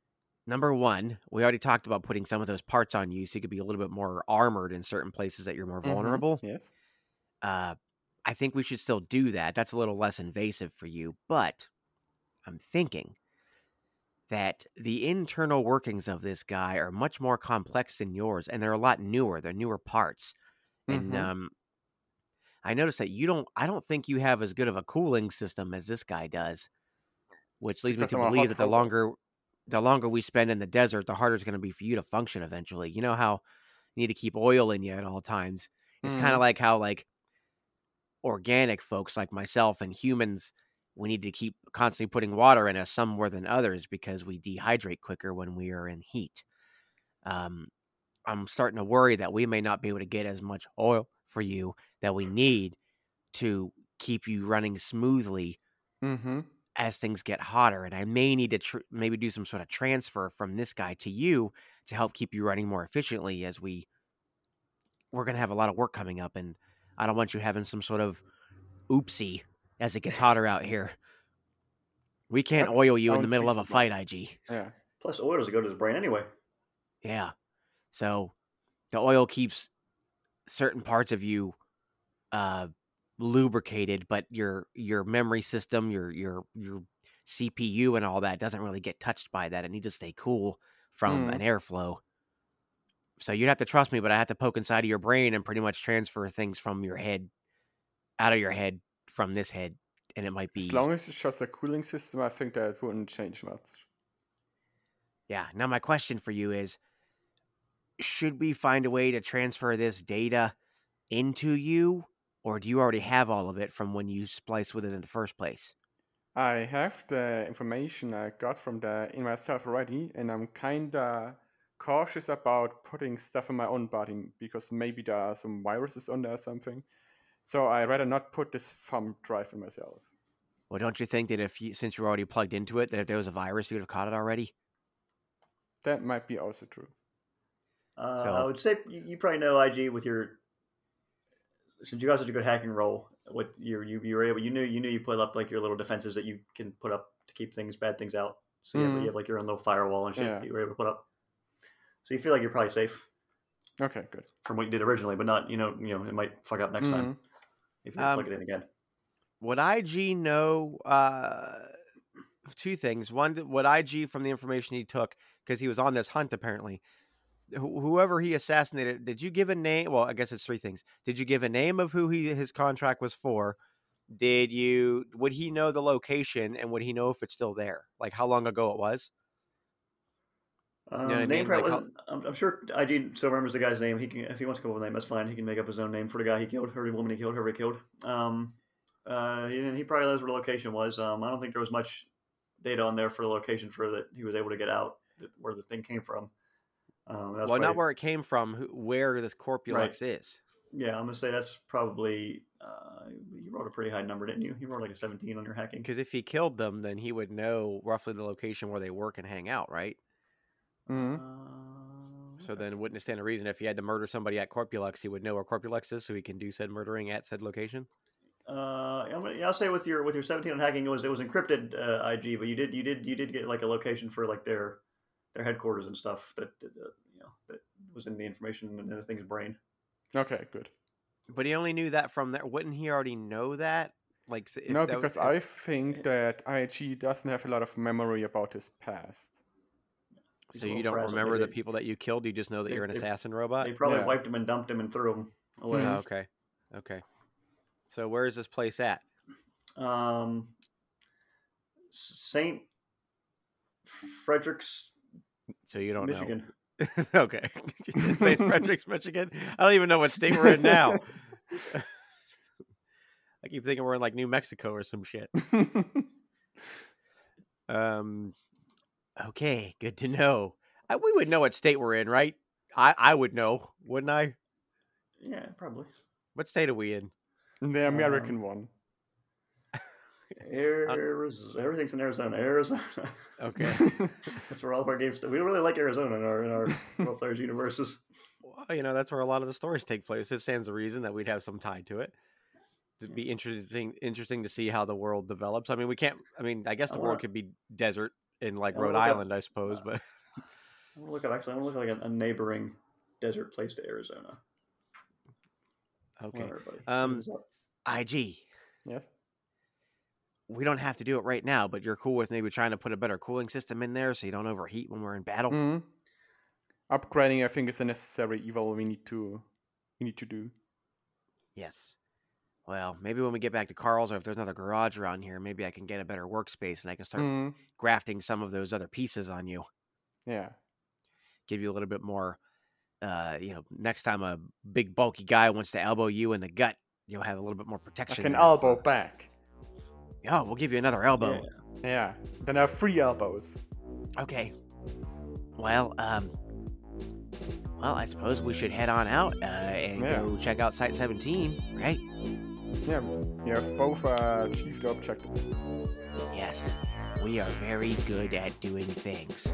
number one, we already talked about putting some of those parts on you so you could be a little bit more armored in certain places that you're more Mhm. vulnerable. Yes. Uh, I think we should still do that. That's a little less invasive for you, but I'm thinking that the internal workings of this guy are much more complex than yours, and they're a lot newer. They're newer parts, and Mhm. um, I noticed that you don't. I don't think you have as good of a cooling system as this guy does, which leads Because me I'm to a hot believe that the fella. longer the longer we spend in the desert, the harder it's going to be for you to function eventually. You know how you need to keep oil in you at all times. It's kind of Mhm. like how like organic folks like myself and humans we need to keep constantly putting water in us some more than others because we dehydrate quicker when we are in heat. Um, I'm starting to worry that we may not be able to get as much oil for you that we need to keep you running smoothly Mhm. as things get hotter and I may need to tr- maybe do some sort of transfer from this guy to you to help keep you running more efficiently as we we're going to have a lot of work coming up and I don't want you having some sort of oopsie as it gets hotter out here. We can't That oil you in the sounds middle of a reasonable. fight, IG. Yeah. Plus, oil doesn't go to his brain anyway. Yeah. So the oil keeps certain parts of you uh lubricated, but your your memory system, your your your CPU and all that doesn't really get touched by that. It needs to stay cool from Mm. an airflow. So you'd have to trust me, but I have to poke inside of your brain and pretty much transfer things from your head out of your head from this head and it might be As long as it's just a cooling system, I think that wouldn't change much. Yeah. Now, my question for you is should we find a way to transfer this data into you, or do you already have all of it from when you spliced with it in the first place? I have the information I got from the in myself already, and I'm kinda cautious about putting stuff in my own body because maybe there are some viruses on there or something. So I rather not put this thumb drive in myself. Well, don't you think that if you, since you were already plugged into it, that if there was a virus, you would have caught it already? That might be also true. Uh, So- I would say you, you probably know IG with your since you got such a good hacking role. What you you you were able you knew you knew you put up like your little defenses that you can put up to keep things bad things out. So you, have, Mm-hmm. Mhm. you have like your own little firewall and shit Yeah. that you were able to put up. So you feel like you're probably safe Okay, good. from what you did originally, but not you know you know it might fuck up next time Mhm. if you Um, plug it in again. Would IG know uh, two things? One, th- would IG, from the information he took, because he was on this hunt apparently, wh- whoever he assassinated, did you give a name? Well, I guess it's three things. Did you give a name of who he his contract was for? Did you would he know the location and would he know if it's still there? Like how long ago it was? Um, what I name mean? probably Like, how- wasn't, I'm, I'm sure IG still remembers the guy's name. He can, if he wants to come up with a name, that's fine. He can make up his own name for the guy he killed, or the woman he killed, whoever he killed. Um, uh, he, he probably knows where the location was. Um, I don't think there was much data on there for the location for that he was able to get out that, where the thing came from. Um, that's well, not probably- where it came from, who- where this corpulux is. Yeah, I'm gonna say that's probably. Uh, you rolled a pretty high number, didn't you? You rolled like a 17 on your hacking. Because if he killed them, then he would know roughly the location where they work and hang out, right? Mhm. Uh, So then, wouldn't it stand a reason if he had to murder somebody at Corpulux, he would know where Corpulux is, so he can do said murdering at said location? Uh, I'm gonna, yeah, I'll say with your with your 17 on hacking, it was it was encrypted uh, IG, but you did you did you did get like a location for like their their headquarters and stuff that, that uh, you know that was in the information in the thing's brain. Mm-hmm. Okay, good. But he only knew that from there. Wouldn't he already know that? Like, s- if no, that was- because I think that IG doesn't have a lot of memory about his past. (laughs) He's So a you little don't frazzled. They- remember the they- people that you killed. You just know that they- you're an they- assassin robot. They probably yeah. wiped him and dumped him and threw him away. Oh, okay, okay. So where is this place at? Um, Saint Frederick's, So you don't Michigan. know. (laughs) okay, (laughs) St. Frederick's, Michigan. I don't even know what state we're in now. (laughs) I keep thinking we're in like New Mexico or some shit. Um, okay, good to know. I, we would know what state we're in, right? I I would know, wouldn't I? Yeah, (laughs) probably. What state are we in? Ah. the American one. Uh, Arizona, everything's in Arizona. Arizona. (laughs) Okay. That's where all of our games. We really like Arizona in our in (laughs) our role players universes. well, you know, that's where a lot of the stories take place. It stands to reason that we'd have some tie to it. It'd be interesting, interesting to see how the world develops. I mean, we can't. I mean, I guess I the world wanna- could be desert in like I wanna Rhode look up, Island, I uh, suppose. But (laughs) I'm gonna look up actually. I'm gonna look at like a, a neighboring desert place to Arizona. Hold on, okay, everybody. Look Um, this up. IG, Yes. we don't have to do it right now, but you're cool with maybe trying to put a better cooling system in there so you don't overheat when we're in battle. Mhm. Mm-hmm. Upgrading, I think, is a necessary evil we need to we need to do. Yes. Well, maybe when we get back to Carl's, or if there's another garage around here, maybe I can get a better workspace and I can start Mhm. grafting some of those other pieces on you. Yeah. Give you a little bit more. Uh, you know, next time a big bulky guy wants to elbow you in the gut, you'll have a little bit more I protection. can there. elbow back. Oh, we'll give you another elbow. Yeah. Then I have three elbows. Okay. Well, um, well, I suppose we should head on out uh, and Yeah. go check out Site 17, right? Yeah. You have both uh, achieved the objectives. Yes. We are very good at doing things.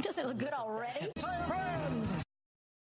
Doesn't it look good already?